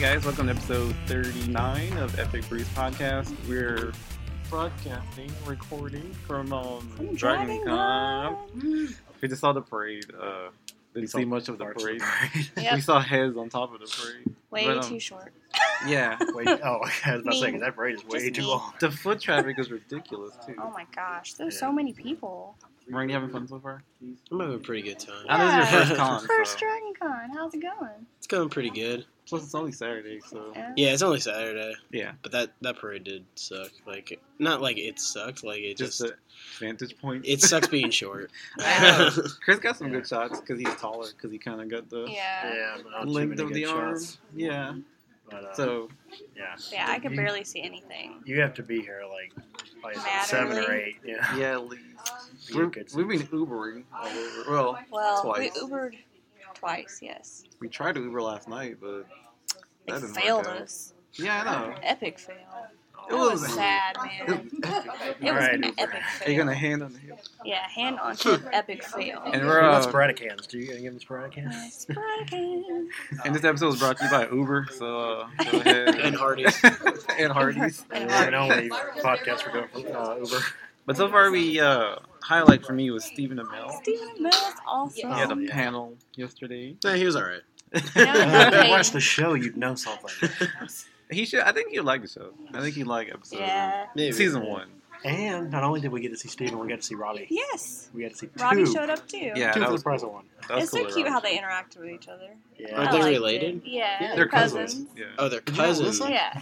guys. Welcome to episode 39 of Epic Breeze Podcast. We're broadcasting, recording from um, Dragon Dragon Con. We just saw the parade. Uh, didn't see much of the March parade. We Yep, saw heads on top of the parade. way but, um, too short. Yeah. Wait, oh, I was about to say, 'cause that parade is way Just too me. long. The foot traffic is ridiculous, too. Oh my gosh, there's yeah. so many people. Maureen, you having fun so far? I'm having a pretty good time. I know this is your Yeah. first con. First so- Dragon Con, how's it going? It's going pretty good. Plus, it's only Saturday, so. Yeah. Yeah, it's only Saturday, Yeah. but that that parade did suck. Like, not like it sucked. Like it Just just, the vantage point. it sucks being short. Yeah. Chris got some good shots because he's taller because he kind of got the Yeah. Yeah, but not too length many of the good arm. shots. Yeah. But, uh, So yeah, Yeah, I could You- barely see anything. You have to be here like, like Mad seven or early. eight. Yeah, yeah, at least. Be a We've, good we've been citizen. Ubering all over. Well, Well, Twice. we Ubered twice, yes. we tried to Uber last night, but That It didn't work failed out. us. yeah, I know. Epic fail. It was- was, sad, It was man. epic. It was Alright, an Uber. epic Are you fail. gonna hand on the hill? Yeah, hand on hip, epic fail. And What we're about uh, Spraticans? Do you gonna give them Spraticans? Nice bargain. and this episode was brought to you by Uber, so uh, go ahead And Hardee's. and Hardee's. And I Hardee's. know only podcast we're going from uh, Uber. But so far, we uh, highlight for me was Stephen Amell. Stephen Amell's awesome. He had a Oh, Yeah. panel yesterday. Yeah, he was all right. Yeah. if you watch the show, you'd know something. he should. I think he'd like the show. I think he'd like episode Yeah. Maybe. season one. And not only did we get to see Steven, we got to see Robbie. Yes. We got to see two. Robbie showed up too. Yeah, two that for the was, price of one. that was It's so cool, cute right? how they interact with each other. Aren't I Yeah, they liked related? it. Yeah, Yeah, they're, they're cousins. cousins. Yeah. Oh, they're Did you not cousins. listen? Yeah,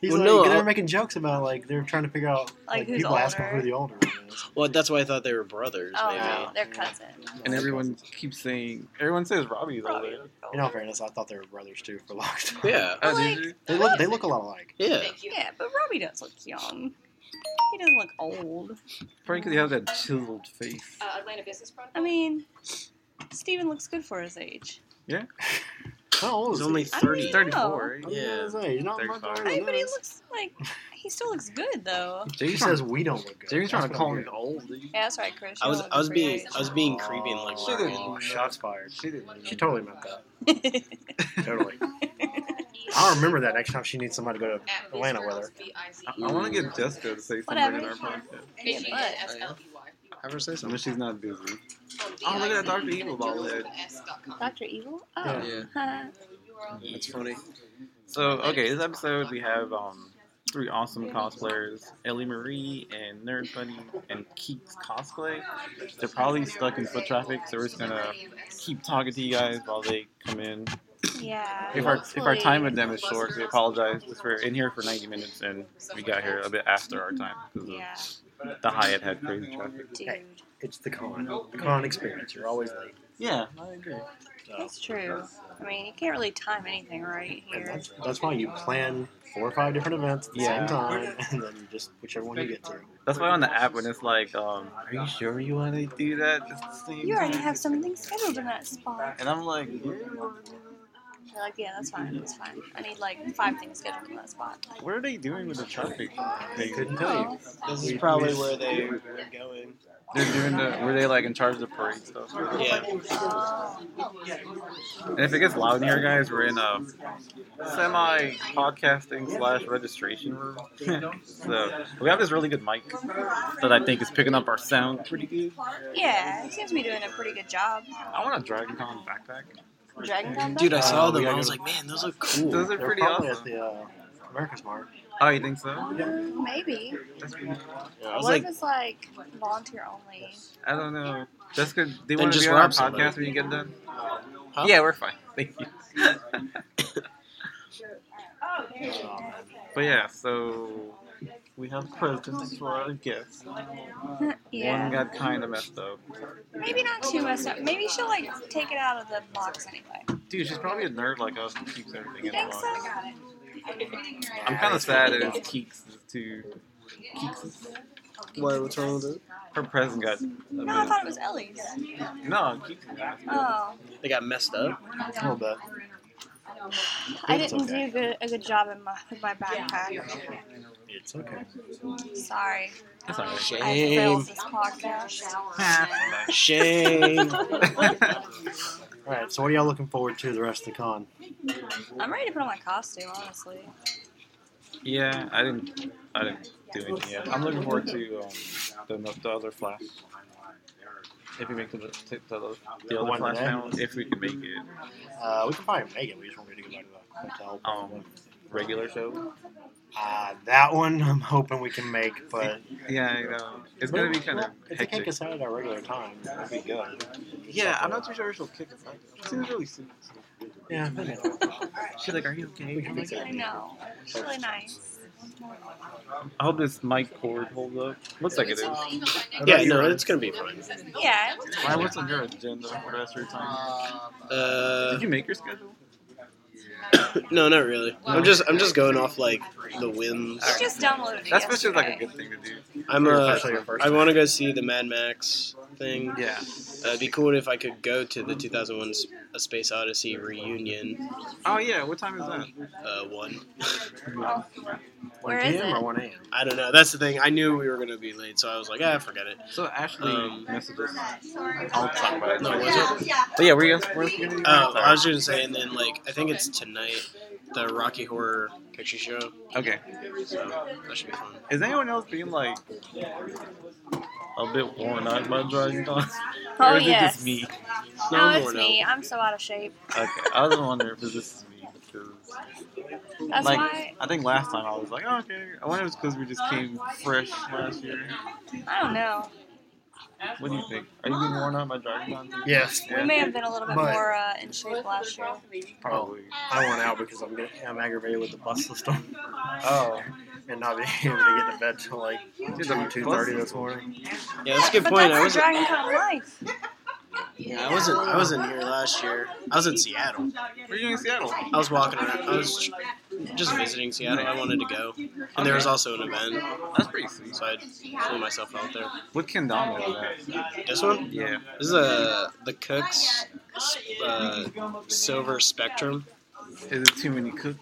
he's Well, like, no, uh, they I'll- were making jokes about like they're trying to figure out Like, like, who's people asking older. who the older one is. Well, that's why I thought they were brothers. Oh maybe. no, Yeah. they're cousins. And everyone keeps saying, everyone says Robbie's Probably. over In all fairness, I thought they were brothers too for a long time. Yeah. there. Well, like- did you? They look they look a lot alike. Yeah. Yeah, but Robbie doesn't look young. He doesn't look old. Probably because he has that chiseled face. uh, Atlanta Business Chronicle. I mean, Steven looks good for his age. How old is He's only he? I don't thirty. He's even- 34, right? I was gonna say, he's not much 35. older Hey, than but he us. looks like he still looks good though. He James says we don't look good. James trying to That's call what me I'm old, dude. Yeah, that's right, Chris. I You was look I was good being for I your was being creepy and like Oh, She didn't Lauren. know. shots fired. She didn't. She totally meant that. age. Totally. I'll remember that next time she needs somebody to go to Atlanta with her. E. I, want to get Jessica to say something in Whatever. our podcast. Yeah, but- Have her I say mean, something. she's not busy. E. Oh, look at that Dr. Evil ball head. Doctor Evil. Oh. Yeah, Huh. that's funny. So, okay, this episode we have um three awesome cosplayers Ellie Marie and Nerd Bunny and Keeks Cosplay. They're probably stuck in foot traffic, so we're just going to keep talking to you guys while they come in. yeah. If our if our time Hopefully- with them is short, we apologize. Because we're in here for 90 minutes and we got here a bit after our time because Yeah, the Hyatt had crazy traffic. dude, It's the con. The con experience. You're always late. Yeah, I agree. So, that's true. I mean, you can't really time anything right and here. that's, that's why you plan four or five different events at the Yeah. same time, and then you just whichever one you get to. That's why on the app when it's like, um, are you sure you want to do that? Just the same You already time?" have something scheduled in that spot. And I'm like, "Yeah, They're like, yeah, that's fine, that's fine. I need like five things scheduled in that spot. what are they doing with the traffic Couldn't thing? tell Oh, you. This We- is we probably just- where they were going. They're doing the were they like in charge of the parade stuff? Yeah. oh. And if it gets loud in here, guys, we're in a semi podcasting slash registration room. so we have this really good mic that I think is picking up our sound pretty good. uh, yeah, he seems to be doing a pretty good job. I want a Dragon Con backpack. Dragon Con Dude, I Uh, saw we them. I gotta was go- like, man, those look cool. Those are They're pretty probably awesome. at the uh, America's Mart. Oh, you think so? Um, maybe. That's pretty Yeah, I What was like, if it's like volunteer only? I don't know. Jessica, do you Then want to just be on our rob somebody. podcast when you get done? Huh? Yeah, we're fine. Thank you. Um, But yeah, so we have questions for our guests. One yeah. got kind of messed up. Maybe not too messed up. Maybe she'll like take it out of the box anyway. Dude, she's probably a nerd like us who keeps everything You in the think box. so? I'm kind of sad that it's Keeks too. Keeks, what, what's wrong with it? her present got. No, I thought it was Ellie's. No, Keeks. Oh, They got messed up. a little bit. I It's didn't okay. do good, a good job in my with my backpack. It's okay. Sorry, That's alright. I Shame. failed this podcast. Shame. All right. So what are y'all looking forward to the rest of the con? I'm ready to put on my costume, honestly. Yeah, I didn't. I didn't do anything yet. I'm looking forward to um, the, the other Flash. If we make the, the, the, the other One Flash today? panel, if we can make it Uh, we can probably make it. We just want me to go back to the hotel. um regular show. Uh, that one I'm hoping we can make, but Yeah, I know. It's gonna be kind of If they hectic. kick us out at our regular time, that'd be good. Yeah, I'm not too sure she'll kick us. out. She seems really sweet. Yeah. I know. She's like, "Are you okay?" I'm like, I know. It's really nice. I hope this mic cord holds up. Looks like it is. Yeah, no, it's gonna be fine. Yeah, it looks Why what's on your agenda for the rest of your time? Uh, Did you make your schedule? no, not really. I'm just I'm just going off like the whims. She just downloaded it. That's supposed to be like a yesterday. good thing to do. I'm Your uh, first- your first I want to go see the Mad Max thing. Yeah. Uh, it'd be cool if I could go to the 2001 S- A Space Odyssey reunion Oh yeah. What time is that? uh, one. Where 1 is p.m. it? or 1 a.m.? I don't know. That's the thing. I knew we were gonna be late, so I was like, ah, forget it. So Ashley Um, messaged us. I'll talk about it. No, was later. it? But yeah, we're gonna. We're gonna do Oh, that. I was gonna say, and then like I think it's tonight, the Rocky Horror Picture Show. okay. So that should be fun. Is anyone else being like a bit worn out by driving dogs? Oh, or is it yes. just me? No, No, I'm Oh, it's worn me. I'm so out of shape. Okay, I was wondering if it's just me because That's like why I think last time I was like, oh, okay. I wonder if it's because we just came fresh last year. I don't know. What do you think? Are you being worn out by driving dogs? Yes. We may have been a little bit But- more uh, in shape last year. Probably. I went out because I'm getting, I'm aggravated with the bus system Oh, and not being able to get to bed till like Dude, the two bus thirty this morning. Yeah, that's a good But point. I that's the wasn't. Dragon Con life. Yeah, I wasn't. I wasn't here last year. I was in Seattle. were you doing in Seattle? I was walking around. I was just visiting Seattle. I wanted to go, and there was also an event, That's pretty sweet. so I flew myself out there. What kendama was that? This one, Yeah. this is uh, the Cooks uh, Silver Spectrum. Is it too many cooks?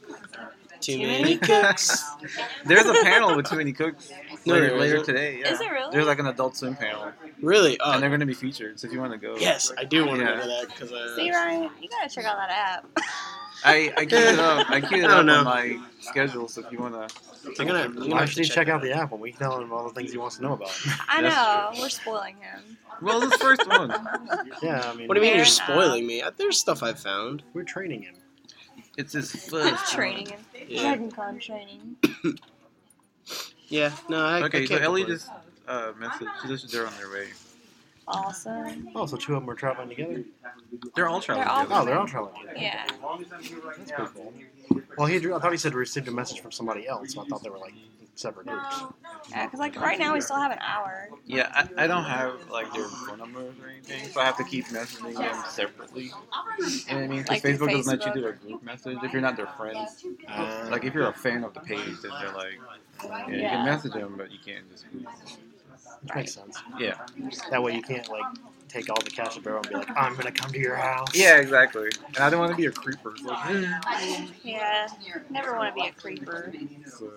Too many cooks. There's a panel with too many cooks No, later, there later isn't. today. Yeah. Is it really? There's like an adult swim panel, Really? and Oh, they're going to be featured. So if you want to go, yes, I do want to go Yeah. to that because See, uh, Ryan, you gotta check out that app. I I queued it up. I queued it I don't up know. on my schedule. So if you want to, I'm gonna. I'm gonna Why have should to he check out that the app when we tell him all the things he wants to know about? I That's know we're spoiling him. well, this first one, Yeah, I mean, What do Fair you mean you're enough. spoiling me? Uh, There's stuff I found. We're training him. it's his first training him. Yeah. Dragon Con training. Yeah. No. I, I One. Okay, so can't Ellie complain. just uh, messaged. Just they're on their way. Awesome. Oh, so two of them are traveling together. They're all traveling. They're all- together. Oh, they're all traveling together. Yeah. That's pretty cool. Well, he drew, I thought he said received a message from somebody else. I thought they were like separate groups. Yeah, because like right now we still have an hour. Yeah, I, I don't have like their phone numbers or anything, so I have to keep messaging them separately. You know what I mean? Because Like through Facebook doesn't let you Facebook? do a group message if you're not their friend. Uh, Like if you're a fan of the page, then they're like, yeah, you Yeah. can message them, but you can't just. which makes sense. Yeah. That way you can't like take all the cash and barrel and be like, I'm gonna come to your house. Yeah, exactly. And I don't want to be a creeper. so- Yeah. Never want to be a creeper. So.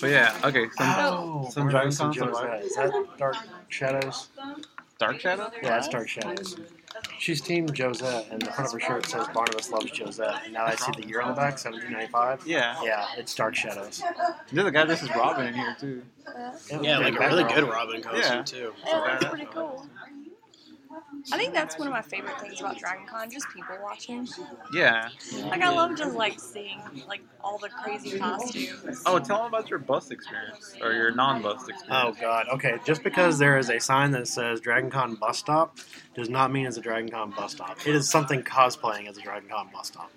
But yeah, okay. Some Oh, Some Dark Dragon Con, some what? Is that Dark Shadows? dark shadow. Yeah, that's Dark Shadows. She's Team Josette, and the front of her shirt says Barnabas loves Josette. And now I see the year on the back, 1795. Yeah. Yeah, it's Dark Shadows. There's a guy dressed as Robin in here too. Yeah, like a back really row. good Robin costume Yeah. too. Yeah, that's pretty cool. I think that's one of my favorite things about Dragon Con, just people watching. Yeah. Like I love just like seeing like all the crazy costumes. Oh, tell them about your bus experience or your non-bus experience. Oh God. Okay, just because there is a sign that says Dragon Con bus stop does not mean it's a Dragon Con bus stop. It is something cosplaying as a Dragon Con bus stop.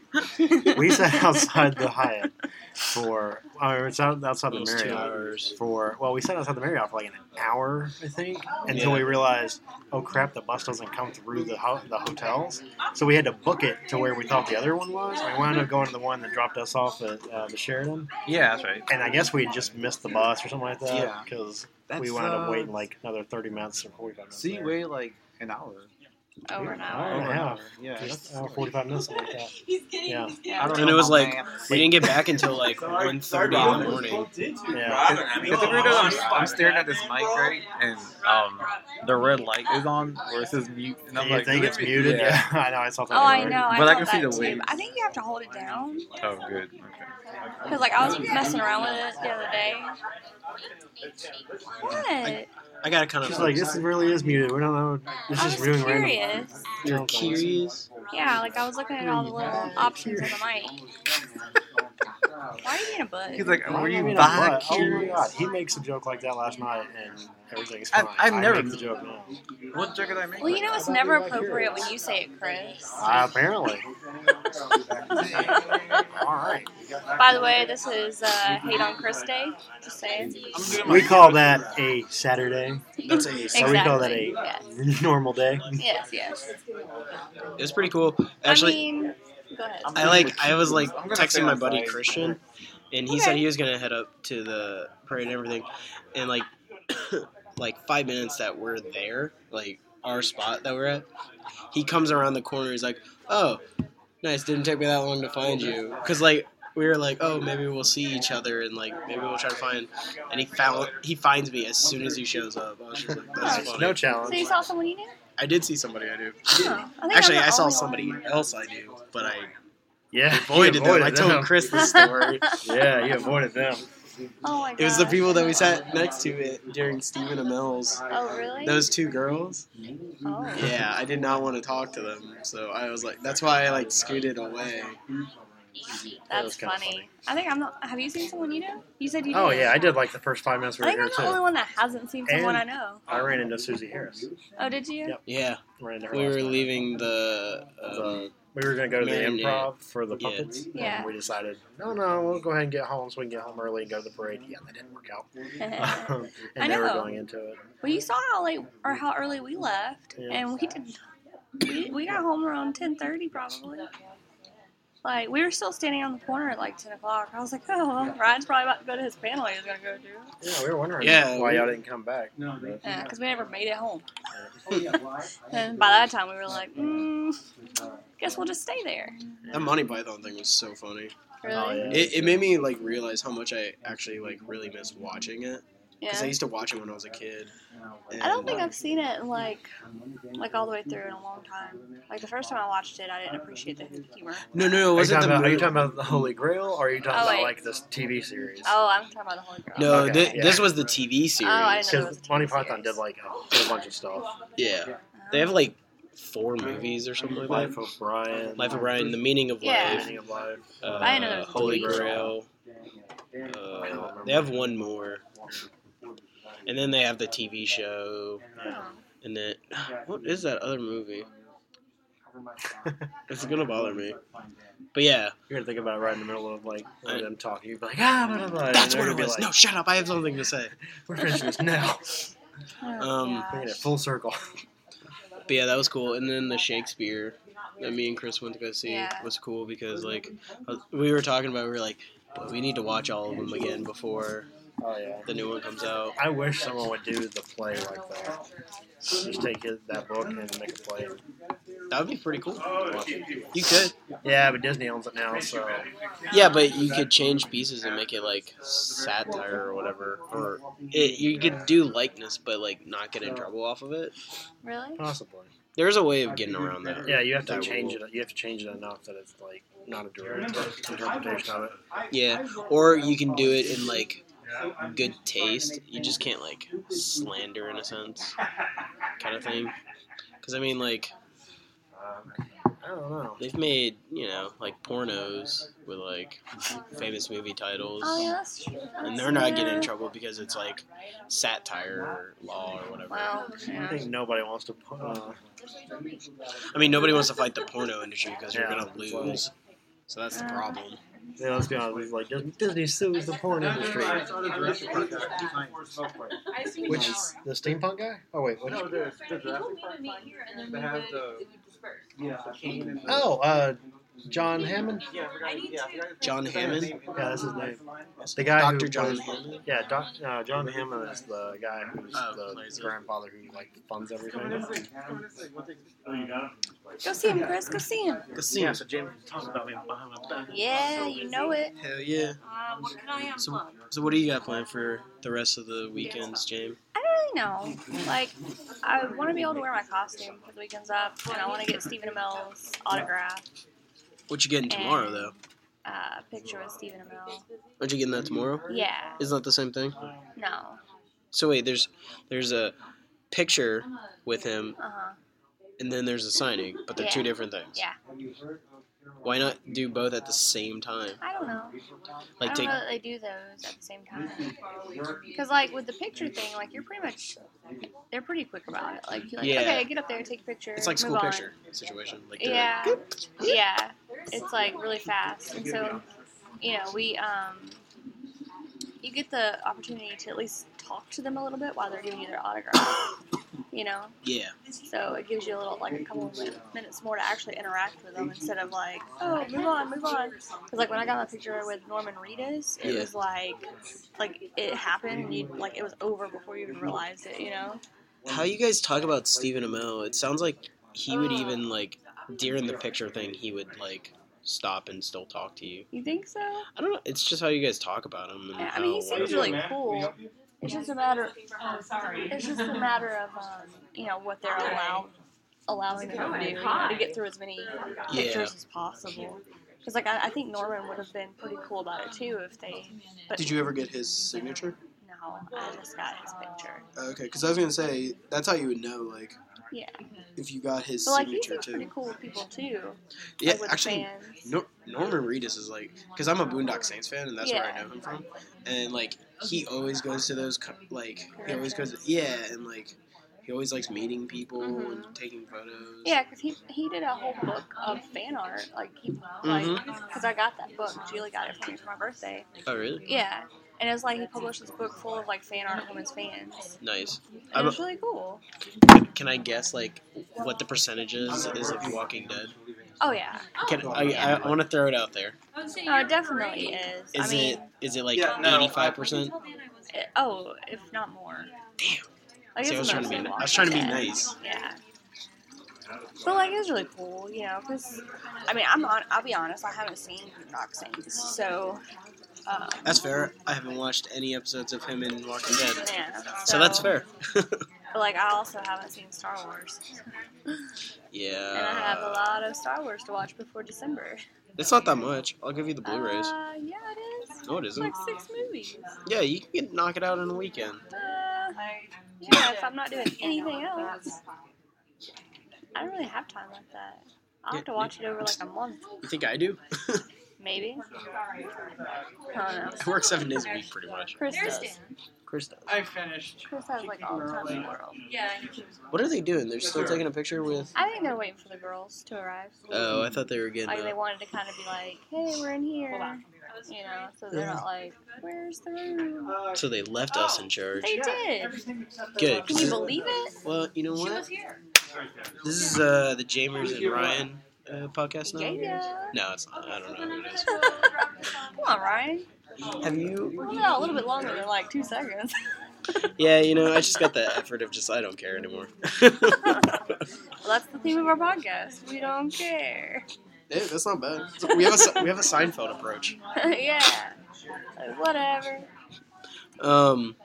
we sat outside the Hyatt for, or it's out, outside the Those two Marriott. hours. for well, we sat outside the Marriott for like an hour, I think, until Yeah. we realized, oh crap, the bus doesn't come through the ho- the hotels, so we had to book it to where we thought the other one was. We wound up going to the one that dropped us off at uh, the Sheridan, Yeah, that's right. and I guess we had just missed the bus or something like that Yeah. because That's, we wound up uh, waiting like another thirty minutes or forty five minutes. See, there. wait like an hour. over an Hour and hour. a half. Yeah. Just hour 45 minutes, something like that. He's getting. Yeah. He's I getting. don't And know it was how like- maps- We didn't get back until like Sorry- 1.30 in sorry, the morning. Yeah. Because if we were doing- I'm, I'm staring at this mic right, and um, the red light is on where it says mute, and Do I'm you like, think it's muted? Yeah. I know. I saw that. Oh, I already. know. I But I thought can see that the too. waves. but I think you have to hold it down Oh, good. Okay. because, like, I was messing around with it the other day. What? I got to kind of She's like, this really is muted. We don't know. This I is was really random. curious. You're curious. Yeah, like I was looking at all the little options on the mic. Why are you in a bug? He's like, Why were am I you being a back butt? Oh my here? god, he makes a joke like that last night, and everything's I- fine. I've I never- make the joke now. What joke did I make? well, you know, it's never appropriate when you say it, Chris. Uh, apparently. All right. By the way, this is uh, Hate on Chris Day. Just saying. We call that a Saturday. That's a. So we call that Exactly, a yes. normal day. Yes, yes. It's pretty cool. Actually, I mean, go ahead. I'm I gonna like keep- I was like I'm gonna stay texting my outside. buddy Christian, and he said Okay. he was gonna head up to the parade and everything, and like like five minutes that we're there, like our spot that we're at, he comes around the corner. He's like, "Oh, nice! Didn't take me that long to find you," because like we were like, "Oh, maybe we'll see each other and like maybe we'll try to find," and he found he finds me as soon as he shows up. I was just like, "That's funny." No Oh, So challenge. you saw someone you knew? I did see somebody I knew. Huh. I think I'm Actually, the I saw only somebody one. else I knew, but I Yeah. you avoided them. I told them. Chris the story. Yeah, you avoided them. Oh my god. It was the people that we sat next to it during Stephen Amell's. Oh really? Those two girls. Oh. Yeah, I did not want to talk to them, so I was like, that's why I like scooted away. That That's was kinda funny. funny. I think I'm the. Have you seen someone you know? You said you. Oh did. yeah, I did like the first five minutes we I were think I'm here the only too. one that hasn't seen someone I know. I ran into Susie Harris. Oh, did you? Yep. Yeah, Ran into her we last were night. leaving the. The- Um, We were gonna go to the Marinette. improv for the Yeah. puppets, Yeah. and we decided, no, no, we'll go ahead and get home so we can get home early and go to the parade. Yeah, that didn't work out. Um, and I they were know. going into it. well, you saw how late or how early we left, Yeah. and we didn't. We, we got home around ten thirty probably. Like we were still standing on the corner at like ten o'clock. I was like, oh, well, Ryan's probably about to go to his panel. He was gonna go to Yeah, we were wondering Yeah, why we- y'all didn't come back. because we never made it home. And by that time, we were like, mm, guess we'll just stay there. that Monty Python thing was so funny. Really? Oh, yeah. It, it made me like realize how much I actually like really miss watching it because Yeah. I used to watch it when I was a kid. I don't and- think I've seen it like like all the way through in a long time. Like the first time I watched it, I didn't appreciate the humor. No, no, no. It Are you, wasn't talking the about, are you movie. talking about the Holy Grail, or are you talking Oh, about wait. like this TV series? Oh, I'm talking about the Holy Grail. No, Okay, thi- yeah. this was the TV series. Oh, I know. Because Monty Python did like a whole bunch of stuff. Yeah. Uh-huh. They have like four movies or something like Life that. of Brian. Life of Brian, The Meaning of Yeah. Life, Meaning of Life. uh, I know there's Holy three. Grail. Uh, they have one more, and then they have the TV show, and then what is that other movie? It's gonna bother me. But yeah, You're gonna think about it right in the middle of like one of I- them talking. You'd be like, ah, blah, blah, blah. and that's they're what it gonna be was. like, no, shut up! I have something to say. we're finishing this now. Oh, Um, Bringing it full circle. But yeah, that was cool. And then the Shakespeare that me and Chris went to go see Yeah. was cool because like I was- we were talking about, we were like, "Boy, we need to watch all of them again before Oh yeah. the new one comes out. I wish someone would do the play like that. Just take it, that book and make a play. That would be pretty cool. You could. Yeah, but Disney owns it now, so Yeah, but you could change pieces and make it like satire or whatever, or it, you could do likeness, but like not get in trouble off of it. really? uh, possibly. There's a way of getting around that. Yeah, you have to That change rule. it. You have to change it enough that it's like not a direct interpretation of it. Yeah, or you can do it in like good taste. You just can't like slander in a sense, kind of thing. Because I mean, like I don't know. they've made you know like pornos with like famous movie titles, Oh yeah, that's true. and they're not getting in trouble because it's like satire or law or whatever. Well, I yeah. think nobody wants to. pu- Uh, I mean, nobody wants to fight the porno industry because you're Yeah. gonna lose. So that's the Uh, problem. yeah, let's be honest. Like Dis- Disney sues the porn industry. Which is the steampunk guy? Oh wait, what? No, Is, there's the Jurassic Park. They have the. oh, uh, John Hammond. Yeah, I forgot. his- Yeah, I forgot his- John I forgot his Hammond? name. Yeah, that's his name. The guy who Dr. John plays- Hammond. Yeah, doc, uh, John Hammond is the guy who's Oh, plays the it. grandfather who like funds Come everything. on, this thing, come on, this thing, one thing. Go see him, Chris. Go see him. Yeah, so James talks about me behind my back. Yeah, you know it. Hell yeah. Uh, Um, what can I So, so what do you got planned for the rest of the weekends, James? I don't really know. Like, I want to be able to wear my costume for the weekend's up, and I want to get Stephen Amell's autograph, What you getting tomorrow And- though? uh, picture with Stephen Amell. Aren't you getting that tomorrow? Yeah. Isn't that the same thing? No. So wait, there's there's a picture with him, Uh huh. and then there's a signing, but they're two Yeah. different things. Yeah. Why not do both at the same time? I don't know. I Like don't take know that they do those at the same time. Because like with the picture thing, like you're pretty much, they're pretty quick about it. Like you're like, Yeah. okay, get up there, take a picture. it's like move school on." picture situation. Like they're- Yeah. Yeah. It's like really fast, and so you know we um, you get the opportunity to at least talk to them a little bit while they're giving you their autograph. You know, yeah. so it gives you a little like a couple of min- minutes more to actually interact with them instead of like, oh, move on, move on. Because like when I got my picture with Norman Reedus, it Yeah. was like, like it happened. and You like it was over before you even realized it. You know? How you guys talk about Stephen Amell? It sounds like he would even like during the picture thing, he would like stop and still talk to you. You think so? I don't know. It's just how you guys talk about him. And Yeah, I how, mean, he like- seems really cool. It's just a matter. Oh, sorry. It's just a matter of um, you know what they're allowed allowing them to do you know, to get through as many Yeah. pictures as possible. Because like I, I think Norman would have been pretty cool about it too if they. But Did you ever get his signature? No, I just got his picture. Okay, because I was gonna say that's how you would know, like Yeah. if you got his So like he signature seems pretty too. cool with people too. yeah, like, with actually, fans. Nor- Norman Reedus is like, because I'm a Boondock Saints fan, and that's where I Yeah. know him from. And like, he always goes to those, co- like, he always goes, yeah, and like, he always likes meeting people and taking photos. Mm-hmm. Yeah, because he he did a whole book of fan art. Like he like because I got that book. Julie got it for me for my birthday. Oh, really? Yeah, and it's like he published this book full of like fan art of women's fans. Nice. And I'm- it's really cool. Can I guess like what the percentage is is of Walking Dead? Oh yeah, Can I? I, I want to throw it out there. Oh, no, it Uh, definitely is. Is I mean, it is it like Yeah, no. eighty five percent? it- oh, if not more. Damn. Like, See, it's I was trying to be mostly ni- I Walking was trying to be Dead. nice. Yeah. But like it was really cool, you know, because I mean I'm on. I'll be honest, I haven't seen Boondock Saints, so um, That's fair. I haven't watched any episodes of him in Walking Dead, yeah. so that's fair. But like I also haven't seen Star Wars, and I have a Yeah, lot of Star Wars to watch before December. it's not that much. I'll give you the Blu-rays. Uh, yeah, it is. No, it It's isn't. like six movies. Yeah, you can knock it out in a weekend. Uh, yeah, if I'm not doing anything else, I don't really have time like that. I'll have to watch it over like a month, You think I do? maybe. I don't know. I work seven days a week, pretty much. Chris does. Chris does. I finished. Chris has like all the time in the world. Yeah. What are they doing? They're still taking a picture with. I think they're waiting for the girls to arrive. Oh, I thought they were getting. Like they Uh, wanted to kind of be like, hey, we're in here, you know, so they're not like, where's the room? so they left us in charge. They did. Good. Can you believe it? Well, you know She what? was here. This is uh, the Jamers and Ryan uh, podcast now. Yeah. No, it's not. I don't know who it is. Come on, Ryan. Have you? We're a little bit longer than like two seconds. Yeah, you know, I just got that effort of just I don't care anymore. Well, that's the theme of our podcast. We don't care. Yeah, that's not bad. So we have a Se- we have a Seinfeld approach. yeah. Like, whatever. Um.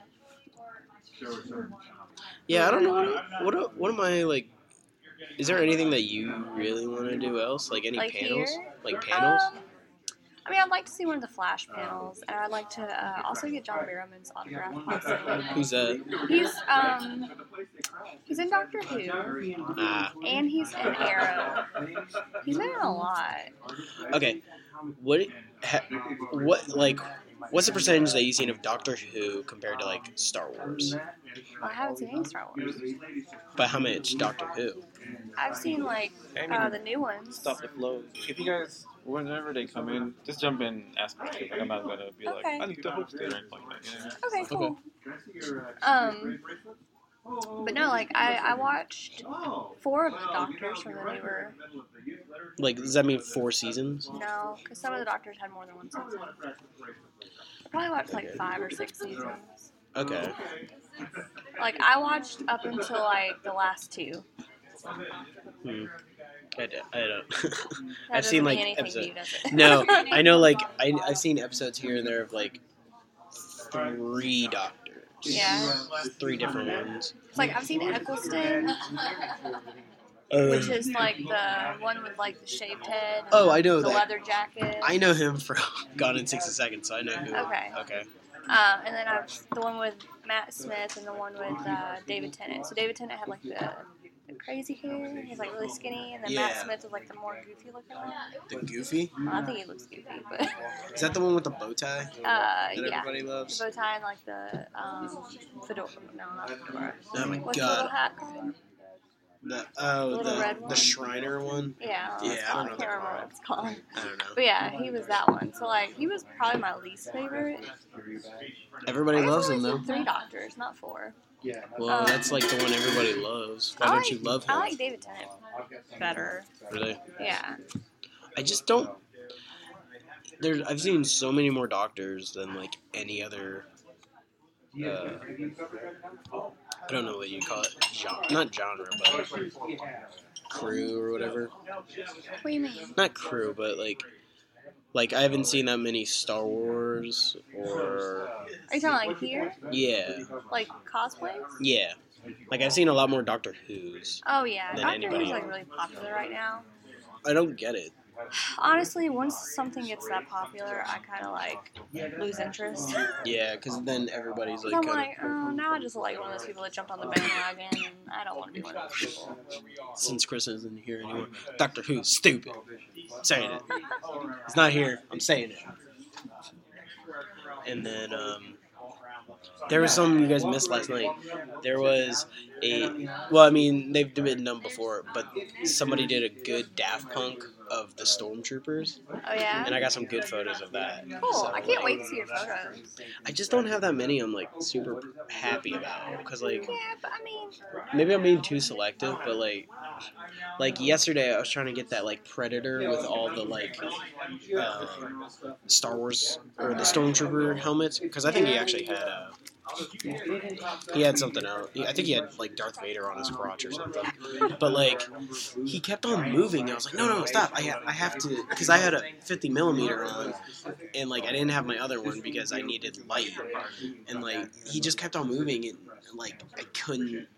Yeah, I don't know what what what am I like? Is there anything that you really want to do else? Like any Like panels? here? Like panels? Um, I mean, I'd like to see one of the Flash panels, and I'd like to uh, also get John Barrowman's autograph. possibly. Who's that? He's um, he's in Doctor Who, Ah, and he's in Arrow. He's been in a lot. okay. What? Ha, what? Like, what's the percentage that you've seen of Doctor Who compared to like Star Wars? I haven't seen any Star Wars. By how much Doctor Who? I've seen like I mean, uh, the new ones. stop the flow. If you guys, whenever they come in, just jump in and ask questions. Like, I'm not gonna be like, Okay. I need to host it or anything like that. You know? Okay, cool. Um, but no, like I, I watched four of the doctors from when they were Like, does that mean four seasons? No, because some of the doctors had more than one season. I probably watched like five or six seasons. Okay. Like I watched up until like the last two. Hmm. I, d- I don't. That I've seen, doesn't mean like, anything to you, does it? no, I know. Like, I I've seen episodes here and there of like three doctors. Yeah. Three different ones. It's like I've seen Eccleston, which is like the one with like the shaved head. and Um, oh, I know the that. leather jacket. I know him from Gone in 60 Seconds, so I know who. Okay. Okay. Uh, and then I've the one with Matt Smith and the one with uh, David Tennant. So David Tennant had like the, the crazy hair. He's like really skinny, and then Matt Yeah. Smith was like the more goofy looking one. The Goofy? Well, I think he looks goofy, but Is that the one with the bow tie? uh, That yeah. everybody The loves? bow tie and like the um, fedora. No, not fedora. Oh my What's the little god. hat? called? The, oh, Little the, red one? the Shriner one? Yeah. Yeah, it's I called- don't know I can't that remember one. what it's called. I don't know. But yeah, he was that one. So like, he was probably my least favorite. I Everybody guess loves I him, only though. seen Three doctors, not four. Well, Um, that's like the one everybody loves. Why I don't like- you love I him? like David Tennant better. Really? Yeah. I just don't. There's, I've seen so many more doctors than like any other. Uh, I don't know what you call it. Genre, not genre, but crew or whatever. What do you mean? Not crew, but like, like I haven't seen that many Star Wars or Are you talking like here? yeah, Like cosplays? yeah. Like I've seen a lot more Doctor Who's. Oh yeah, Than Doctor anybody Who's like else. really popular right now. I don't get it. Honestly, once something gets that popular, I kind of like lose interest. Yeah, because then everybody's like, uh, I'm kinda- like, oh, now I just look like one of those people that jumped on the bandwagon, and I don't want to be one of those people. since Chris isn't here anymore, Doctor Who's stupid. saying it. It's not here. I'm saying it. And then um, there was something you guys missed last night. There was a well, I mean they've been done before, but somebody did a good Daft Punk of the Stormtroopers, Oh yeah. and I got some good photos of that. Cool. I can't wait to see your photos. I just don't have that many. I'm like super happy about because like Yeah, but I mean, maybe I'm being too selective, but like like yesterday I was trying to get that like Predator with all the like um, Star Wars or the Stormtrooper helmets because I think he actually had uh, he had something else. He- I think he had like Darth Vader on his crotch or something. But like he kept on moving. I was like, no, no, stop! I ha- I have to because I had a 50 millimeter on and like I didn't have my other one because I needed light and like he just kept on moving and like I couldn't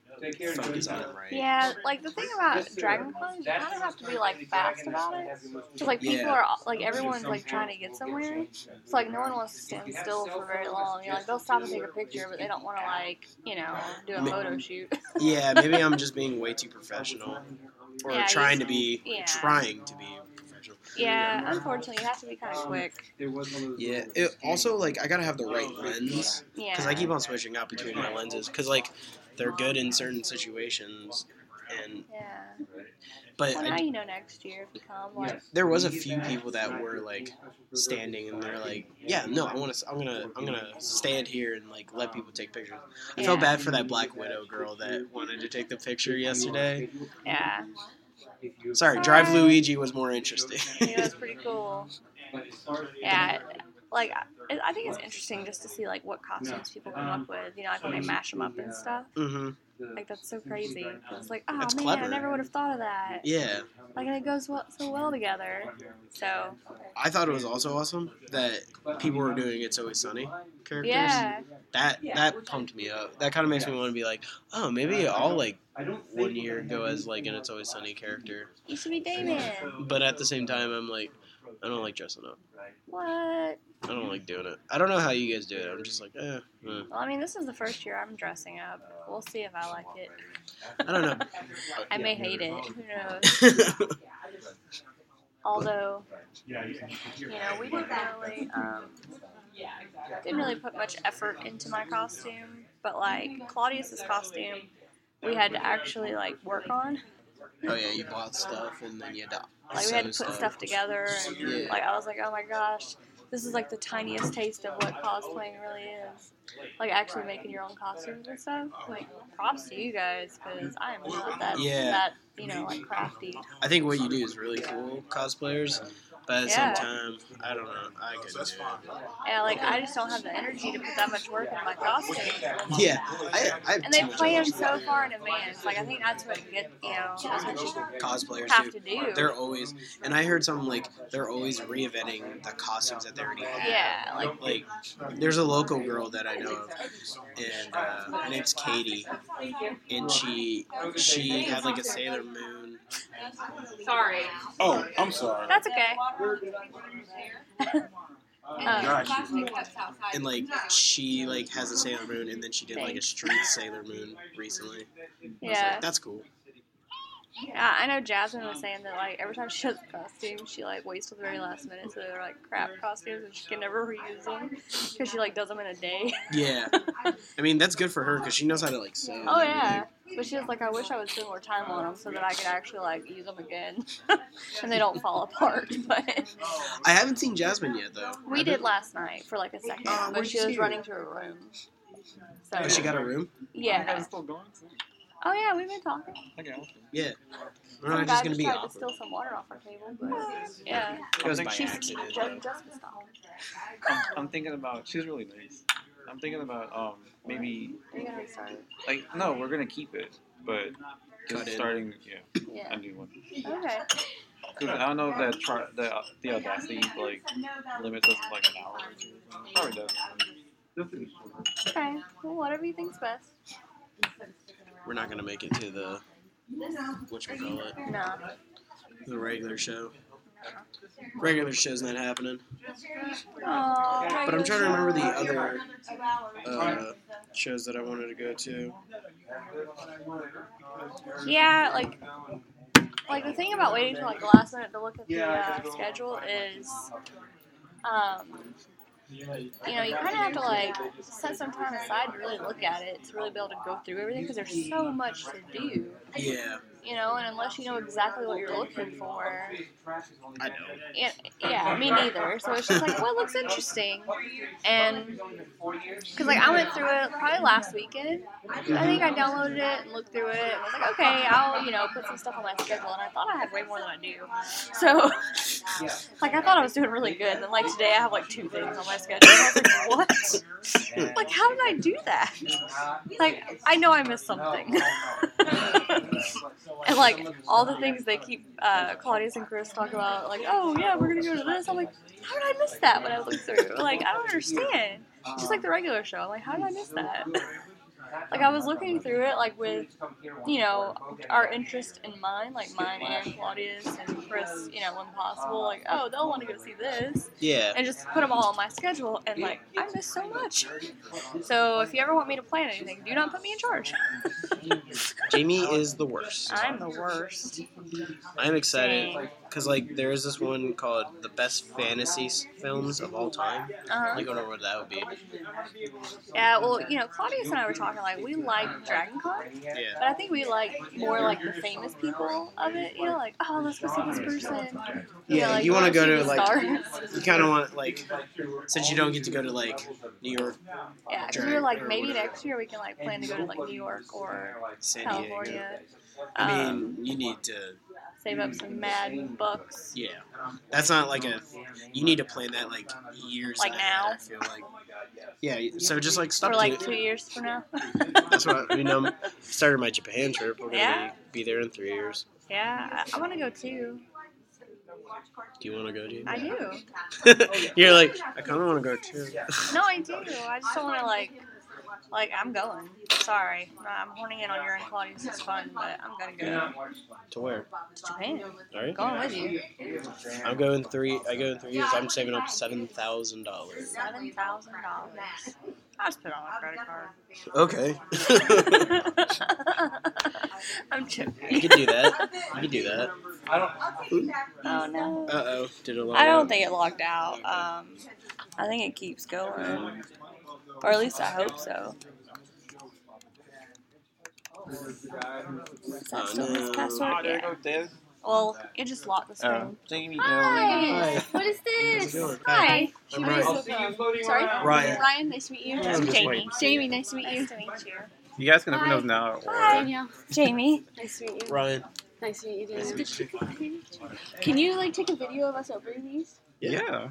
focus on him right. yeah, like the thing about Dragon Con is you kind of have to be like fast about it. Because like people Yeah. are like everyone's like trying to get somewhere. It's like no one wants to stand still for very long. You're like they'll stop and take a picture, but they don't want to like you know do a Ma- photo shoot. Yeah, maybe I'm just being way too professional, or Yeah, you- trying to be, yeah. trying to be professional. yeah, unfortunately, you have to be kind of quick. Yeah. It, also, like I gotta have the right lens Yeah. because I keep on switching out between my lenses because like they're good in certain situations, and yeah. but Well, now I, you know next year if you come. Like, there was a few people that were like standing and they're like, yeah, no, I want to, I'm gonna, I'm gonna stand here and like let people take pictures. I felt Yeah. bad for that Black Widow girl that wanted to take the picture yesterday. yeah. Oh, Sorry, Drive Luigi was more interesting. Yeah, it's pretty cool. Yeah, like I, I think it's interesting just to see like what costumes people come up with. You know, like when they mash them up and stuff. hmm Like that's so crazy. It's like, oh That's man, I clever. never would have thought of that. Yeah, Like and it goes well, so well together. So I thought it was also awesome that people were doing "It's Always Sunny" characters. yeah, That that pumped me up. That kind of makes me want to be like, oh, maybe I'll like one year go as like an "It's Always Sunny" character. you should be Damon. But at the same time, I'm like, I don't like dressing up. What? I don't like doing it. I don't know how you guys do it. I'm just like, eh, eh. Well, I mean, this is the first year I'm dressing up. We'll see if I like it. I don't know. I may hate it. Who knows? I Although, you know, we didn't really, um, didn't really put much effort into my costume, but like Claudius's costume, we had to actually like work on. oh yeah, you bought stuff and then you had to. Like we sew had to put stuff together, and Yeah. like I was like, oh my gosh, this is like the tiniest taste of what cosplaying really is. Like actually making your own costumes and stuff. Like props to you guys because I am not that Yeah. that you know like crafty. I think what you do is really cool, cosplayers. But at Yeah. the same time, I don't know. I could do it. And like I just don't have the energy to put that much work into my costume. Yeah, I, I have And they too much plan energy. so far in advance. Like I think that's what you get you know that's what you Cosplayers have to do. do. They're always, and I heard something like they're always reinventing the costumes that they already have. Yeah, like Like, there's a local girl that I know of, and uh, her name's Katie, and she she had like a Sailor Moon. Sorry. Oh, I'm sorry. that's okay. Uh, Gosh. and like she like has a Sailor Moon, and then she did like a street Sailor Moon recently. I was like, uh, Yeah. that's cool. Yeah, I know Jasmine was saying that like every time she does a costume, she like waits till the very last minute, so they're like crap costumes, and she can never reuse them because she like does them in a day. Yeah, I mean that's good for her because she knows how to like sew. and oh everything. yeah, but she was like, I wish I would spend more time on them so that I could actually like use them again, and they don't fall apart. But I haven't seen Jasmine yet though. we did last night for like a second, Oh, but where'd you she was see her? running through a room. So Oh, she got a room. You guys yeah. still going? Oh yeah, we've been talking. Okay. I'll- We're not Some just guy gonna just be tried to awkward. steal some water off our table, but yeah, It was I think by she's- accident. Just, just stop. I'm, I'm thinking about. She's really nice. I'm thinking about um maybe Are you gonna restart? it? like no, we're gonna keep it, but Cut just in. starting yeah Yeah. a new one. Okay. Cause I don't know if that char- the the audacity like limits us to like an hour. Probably does. Okay. Well, whatever you think's best. We're not gonna make it to the which we call it No. the regular show. Regular show's not happening. Aww, But I'm trying to remember the other uh, shows that I wanted to go to. Yeah, like, like the thing about waiting till like the last minute to look at the uh, schedule is, um, you know, you kind of have to like set some time aside to really look at it to really be able to go through everything because there's so much to do, Yeah, you know, and unless you know exactly what you're looking for, I know. yeah, yeah, me neither. So it's just like what looks interesting, and because like I went through it probably last weekend. I think I downloaded it and looked through it and was like, okay, I'll you know put some stuff on my schedule. And I thought I had way more than I do, so like I thought I was doing really good. And then like today I have like two things on my schedule. And I was like, what? Like how did I do that? Like I know I missed something. And like all the things they keep uh, Claudius and Chris talk about, like, oh yeah, we're gonna go to this. I'm like, how did I miss that when I looked through? Like, I don't understand. Just like the regular show, I'm like, how did I miss that? like I was looking through it, like with you know our interest in mind, like mine and Claudius and Chris, you know, when possible, like, oh, they'll want to go see this, Yeah, and just put them all on my schedule, and like I missed so much. So if you ever want me to plan anything, do not put me in charge. Jamie is the worst. I'm the worst. I'm excited Dang. because like there is this one called the best fantasy s- films of all time. Uh-huh. Like I don't know what that would be. Yeah, Uh, well, you know, Claudius and I were talking like we like Dragon Con, Yeah, but I think we like more like the famous people of it. You know, like oh, let's go see this person. You Yeah, know, like, you wanna let's go see to, the like- stars. you kind of want like since you don't get to go to like New York, yeah, because we were Dragon like or maybe whatever. next year we can like plan to go to like New York or San Diego. California. I Um, mean, you need to. save up some mad bucks. Yeah, that's not like a. You need to plan that like years. Like ahead, now? I feel like. Yeah, so just like stop For like two doing. years from now. That's what I mean. I'm started my Japan trip. We're gonna Yeah. be, be there in three years. yeah, I, I want to go too. Do you want to go? Do I do. you? You're like I kind of want to go too. No, I do. I just don't want to like, like I'm going. Sorry, I'm honing in on your and Claudius's fun, but I'm gonna go. To where? to Japan. All right. Going with you. I'm going three. I go in three years. I'm saving up seven thousand dollars. Seven thousand dollars. I just put it on my credit Okay. card. I'm you joking. can do that. You can do that. Oh no. Uh oh. Did a lot. I don't think it logged out. Um, I think it keeps going, or at least I hope so. Is that Oh, still his no. password? there Yeah. goes Dev. Well, it just locked the Uh, screen. Jamie L. Hi. What is this? Doing Hi. I'm How are Ryan. you so fun? Sorry, Ryan. Ryan, nice to meet you. I'm just Jamie. waiting. Jamie, nice to meet you. Nice to meet you. You guys can open Hi. those now. Or Danielle, Jamie. nice to meet you. Ryan. Nice to meet you, Nice to Danielle. meet you. Can you like take a video of us opening these? yeah.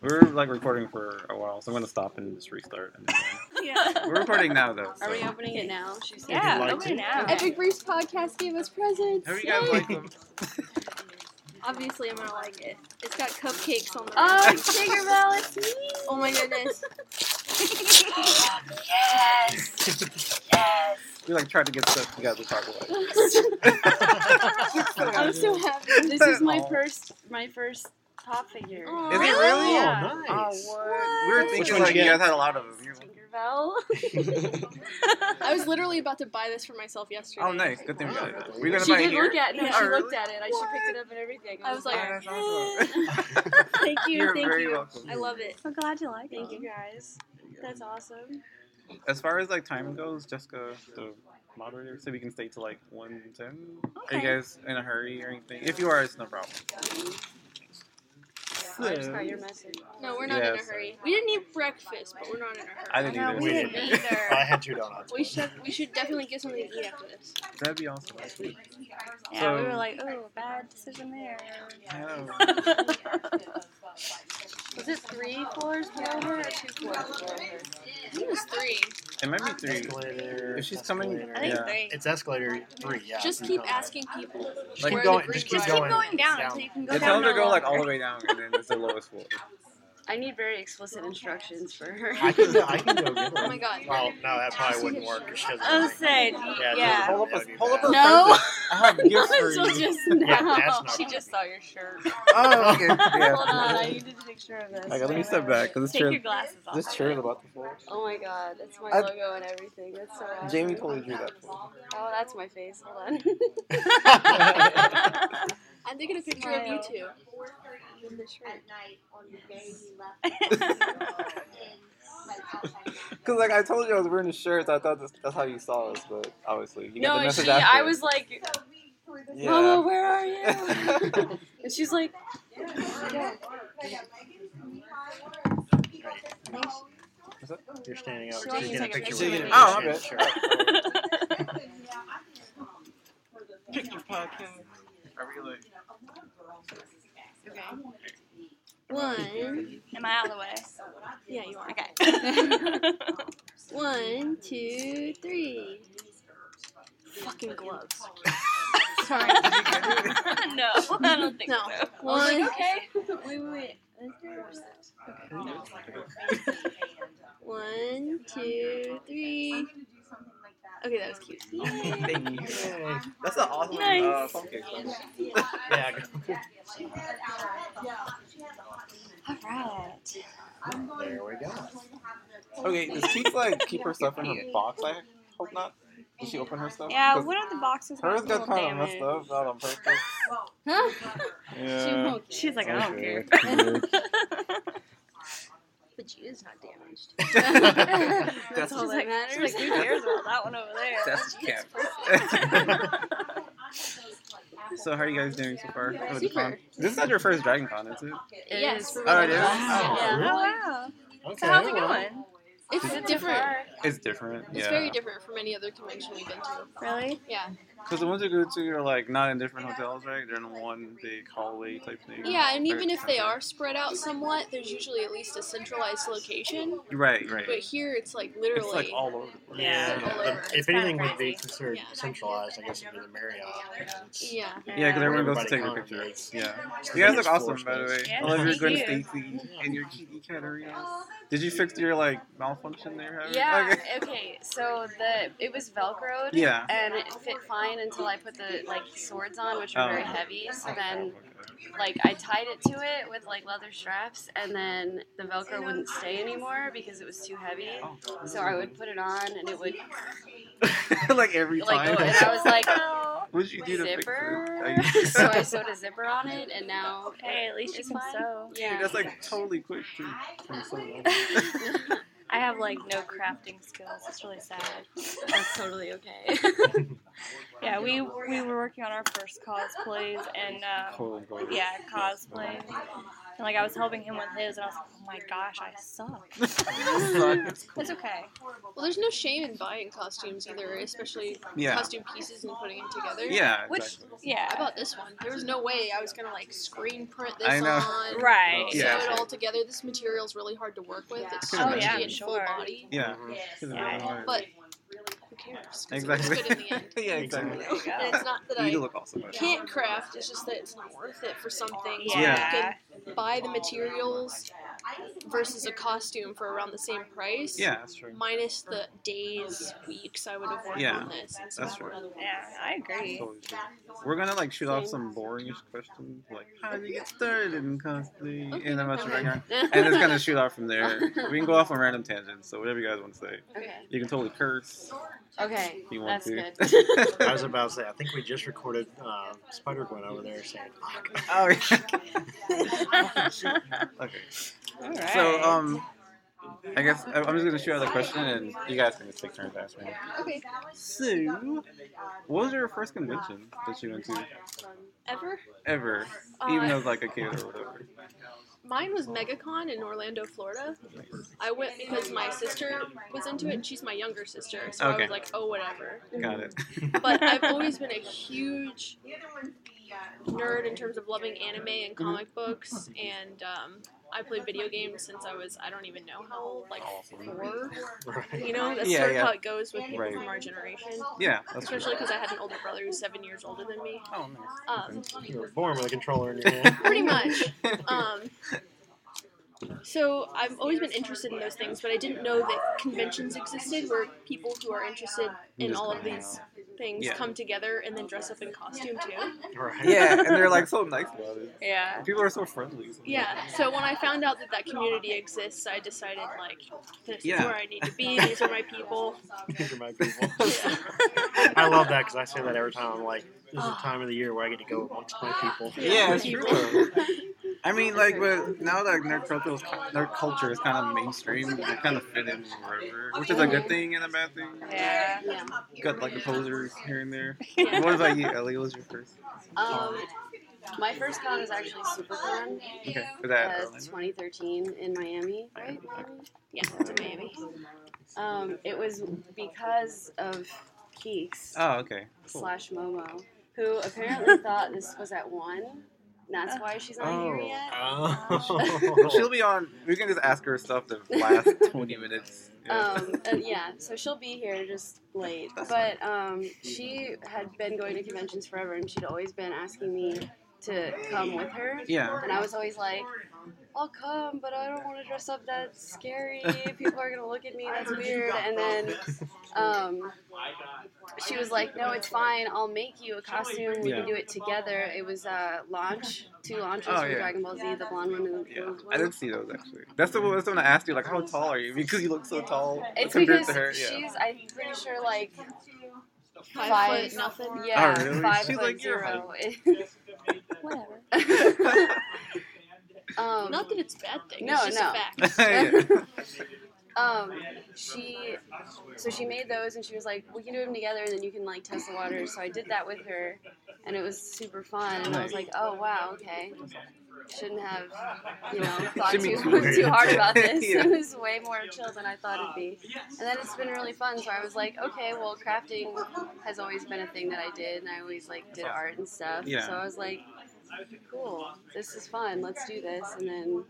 We're like recording for a while, so I'm gonna stop and just restart. And then- Yeah. We're recording now though. So. Are we opening it now? She said. Yeah, like open it? it now. Epic Briefs podcast gave us presents. How do you guys Yay. like them? Obviously, I'm gonna like it. It's got cupcakes on the. Oh, wrap. Sugar Bell, it's me. oh my goodness. yes. Yes. We like tried to get stuff you guys to talk about. I'm so happy. This This is is my my Aw. first. my first pop figure. Is Oh. it Really? really? Yeah. Oh, nice. We were Which thinking one'd like you you get? guys had a lot of them. Tinkerbell. I was literally about to buy this for myself yesterday. Oh, nice. Good thing we got it. We're gonna She buy it did here. look at no, Yeah. she Oh, looked really? at it. I, she picked it up and everything. I was like, Oh, that's awesome. thank you, You're thank very you. welcome. I love it. So glad you like Thank it. you guys. That's awesome. As far as like time goes, Jessica, the moderator, so we can stay to like one ten. Are Okay. you guys in a hurry or anything? If you are, it's no problem. I just got your message. No, we're not in a Yes. hurry. We didn't eat breakfast, but we're not in a hurry. I didn't I know, either. we Wait. didn't either. I had two donuts. We should we should definitely get something to eat after this. That'd be awesome. Yeah, we were So- like, oh, bad decision there. I know. Was it three floors below her or two floors below her? I think it was three. It might be three. Escalator. If she's coming- I escalator. think Yeah. three. It's escalator three. Yeah. just keep keep going. asking people. Just Like, keep where going. the Just keep green Just drive- keep going down, until you can go Yeah, tell down. them to no go like longer. all the way down, and then it's the lowest floor. I need very explicit instructions for her. I can, I can go get Oh one. my god. Well, no, that probably wouldn't work. 'cause She doesn't Oh, like me. said, Yeah, yeah. Hold up a- hold up a- No, I have gifts for this was you. just now. that's not she right. just saw your shirt. Oh, okay. Hold on, I Yeah. need to take a picture of this. Okay, let me step back because this Take your chair, glasses off. this chair is about to fall. Oh my god, that's my I- logo and everything. That's so awesome. Jamie totally drew that. Oh, that's my face. Hold on. I'm taking a picture of you two. Because like I told you, I was wearing the shirts. I thought this, that's how you saw us, but obviously you got the no, message she. after. I was like, yeah. Mama, where are you? and she's like, You're standing up. She wants She's to gonna take a picture picture with with you. me. Oh, okay. Sure. One, Am I out of the way? yeah, you are. Okay. One, two, three. Fucking gloves. Sorry. no, I don't think No. so. One. okay. Wait, wait, wait. One, two, three. Okay, that was cute. Thank you. That's an awesome Nice. uh, pumpkin. though. Yeah. I can- All right. There we go. Okay, does Keith like keep her stuff in her box? I hope not. Did she open her stuff? Yeah, 'Cause what are the boxes? Hers got got a little kind of damage. messed up, not on purpose. Huh? She Yeah. Oh, won't She's like, I don't care. But she is not damaged. That's all like, that matters. She's like, who cares about that one over there? That's That's so how are you guys doing so far? How was Oh, the con? Super. This is not your first Dragon Con, is it? Yes. Oh, it is. Wow. Oh. Oh, Really? wow. Okay. So how's it well, going? It's different. It's different. It's very different from any other convention we've been to. Really? Yeah. Because the ones you go to are like not in different hotels, right? They're in one big hallway type thing. Yeah, and even Right. if they are spread out somewhat, there's usually at least a centralized location. Right, right. But here it's like It's literally. like all over the place. Yeah. All but over. If kinda anything would be crazy. considered Yeah. centralized, I guess it'd be the Marriott. yeah. Yeah, because everyone goes to Everybody take a comes. picture. Yeah. It's You guys the look next awesome, floor by the way. space. Yeah, I love your thank Gwen you. Stacy and your kitty Katarina. Did you fix your like malfunction there? Harry? Yeah. Okay. Okay. So the it was velcroed. Yeah. And it fit fine until I put the like swords on, which Oh. were very heavy. So then, like, I tied it to it with like leather straps, and then the Velcro wouldn't stay anymore because it was too heavy. So I would put it on, and it would like every like time. go. And I was like, what did you do to fix zipper. it? so I sewed a zipper on it, and now Hey, at least you It's can fine. sew. yeah. That's like totally quick. too. From someone. I have like no crafting skills. It's really sad. That's totally okay. Yeah, we we were working on our first cosplays and um, Cool gold. yeah, cosplay. And like I was helping him with his, and I was like, oh my gosh, I suck. Suck. It's okay. Well, there's no shame in buying costumes either, especially Yeah. costume pieces and putting them together. Yeah. Which- Exactly. I Yeah. bought this one. There was no way I was gonna like screen print this I know. on, Right. sew Yeah. it all together. This material's really hard to work with. It's so Oh, much yeah, to I'm get full sure. body. Yeah. Yeah. But who cares? 'Cause Exactly. It looks good in the end. yeah. Exactly. Exactly. Yeah. And it's not that You do I look awesome. can't craft. It's just that it's not worth it for something. Yeah. can buy the materials versus a costume for around the same price. Yeah, that's Mm-hmm. true. Minus the days, weeks I would have worked Yeah, on this. and that's stuff. true. Yeah, I agree. Totally true. We're gonna like shoot off some boringish questions, like how did you get started in cosplay, and I'm about to bring on- and it's gonna shoot off from there. We can go off on random tangents, so whatever you guys want to say. okay. You can totally curse Okay. if you want That's to. good. I was about to say, I think we just recorded uh, Spider Gwen over there saying, "Fuck." oh, yeah. okay. So um, I guess I- I'm just gonna shoot out the question, and you guys can just take turns answering. Okay. So, what was your first convention that you went to Ever? ever, Uh, even though it was like a kid or whatever? Mine was MegaCon in Orlando, Florida. I went because my sister was into it, and she's my younger sister, so I Okay. was like, oh, whatever. Got it. But I've always been a huge nerd in terms of loving anime and Mm-hmm. comic books, and um, I played video games since I was, I don't even know how old, like four. Right. You know, that's Yeah, sort of yeah. how it goes with people Right. from our generation. Yeah, that's true. Especially because I had an older brother who's seven years older than me. Oh, Um, You were born with a controller in your hand. pretty much. nice. Um, so I've always been interested in those things, but I didn't know that conventions existed where people who are interested in Just all of hang these things Yeah. come together and then dress up in costume too. Right. yeah, and they're like so nice about it. Yeah. People are so friendly. Yeah. So when I found out that that community exists, I decided like this Yeah. is where I need to be. These are my people. These are my people. Yeah. I love that because I say that every time. I'm like, this is the time of the year where I get to go amongst my people. Yeah, it's true. though. I mean, like, but now that nerd culture, is, nerd culture is kind of mainstream, they kind of fit in wherever, which is a good thing and a bad thing. Yeah. yeah. You got like the posers here and there. Yeah. What about you, Ellie? What was your first? Um, my first con was actually SuperCon, Okay, for uh, that. 2013 in Miami, right? Yeah. It's in Miami. Um, it was because of Keeks Oh, okay. Cool. slash Momo, who apparently thought this was at one. And that's why she's not here Oh. yet. Well, she'll Oh. be on. We can just ask her stuff the last 20 minutes. Yeah. Um, uh, yeah, so she'll be here just late. But um, she had been going to conventions forever, and she'd always been asking me to come with her. yeah. And I was always like, I'll come, but I don't want to dress up that scary. People are going to look at me. That's weird. And then um, she was like, No, it's fine. I'll make you a costume. We Yeah. can do it together. It was uh, launch, two launches Oh, from yeah. Dragon Ball Z, the blonde one and the Yeah, blue I one. didn't see those actually. That's the one that's when I asked you, like, how tall are you? Because you look so tall It's compared because to her. Yeah. she's, I'm pretty sure, like Five, Five- foot nothing. Yeah, Oh, really? five She's foot like, you're zero. Whatever. um, Not that it's a bad thing. No, it's just no. a fact. Yeah. um, she, so she made those, and she was like, "We can do them together, and then you can like test the waters." So I did that with her, and it was super fun. And I was Nice. like, "Oh wow, okay." Shouldn't have, you know, thought Shouldn't be too, too too hard weird. about this. Yeah. It was way more chill than I thought it'd be. And then it's been really fun. So I was like, okay, well, crafting has always been a thing that I did, and I always like did art and stuff. Yeah. So I was like, cool, this is fun. Let's do this. And then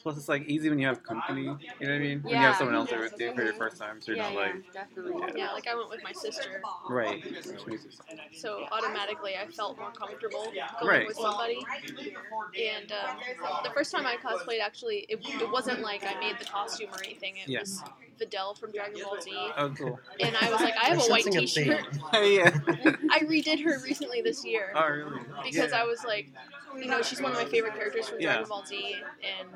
Plus, it's like easy when you have company. You know what I mean? When you Yeah. have someone else there with you for your first time, so you're yeah, not yeah, like definitely. Yeah, like I went with my sister, right. Which makes it sound- so automatically I felt more comfortable going Right. with somebody. And um, the first time I cosplayed, actually, it, it wasn't like I made the costume or anything. It Yeah. was Videl from Dragon Ball Z, Oh, cool. and I was like, I have I'm a white sensing a T-shirt. theme. yeah. I redid her recently this year Oh, really? because yeah. I was like, you know, she's one of my favorite characters from Yeah. Dragon Ball Z, and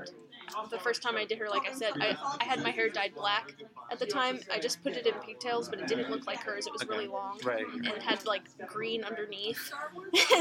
the first time I did her, like I said, I, I had my hair dyed black at the time. I just put it in pigtails, but it didn't look like hers. It was Okay. really long Right. and had like green underneath.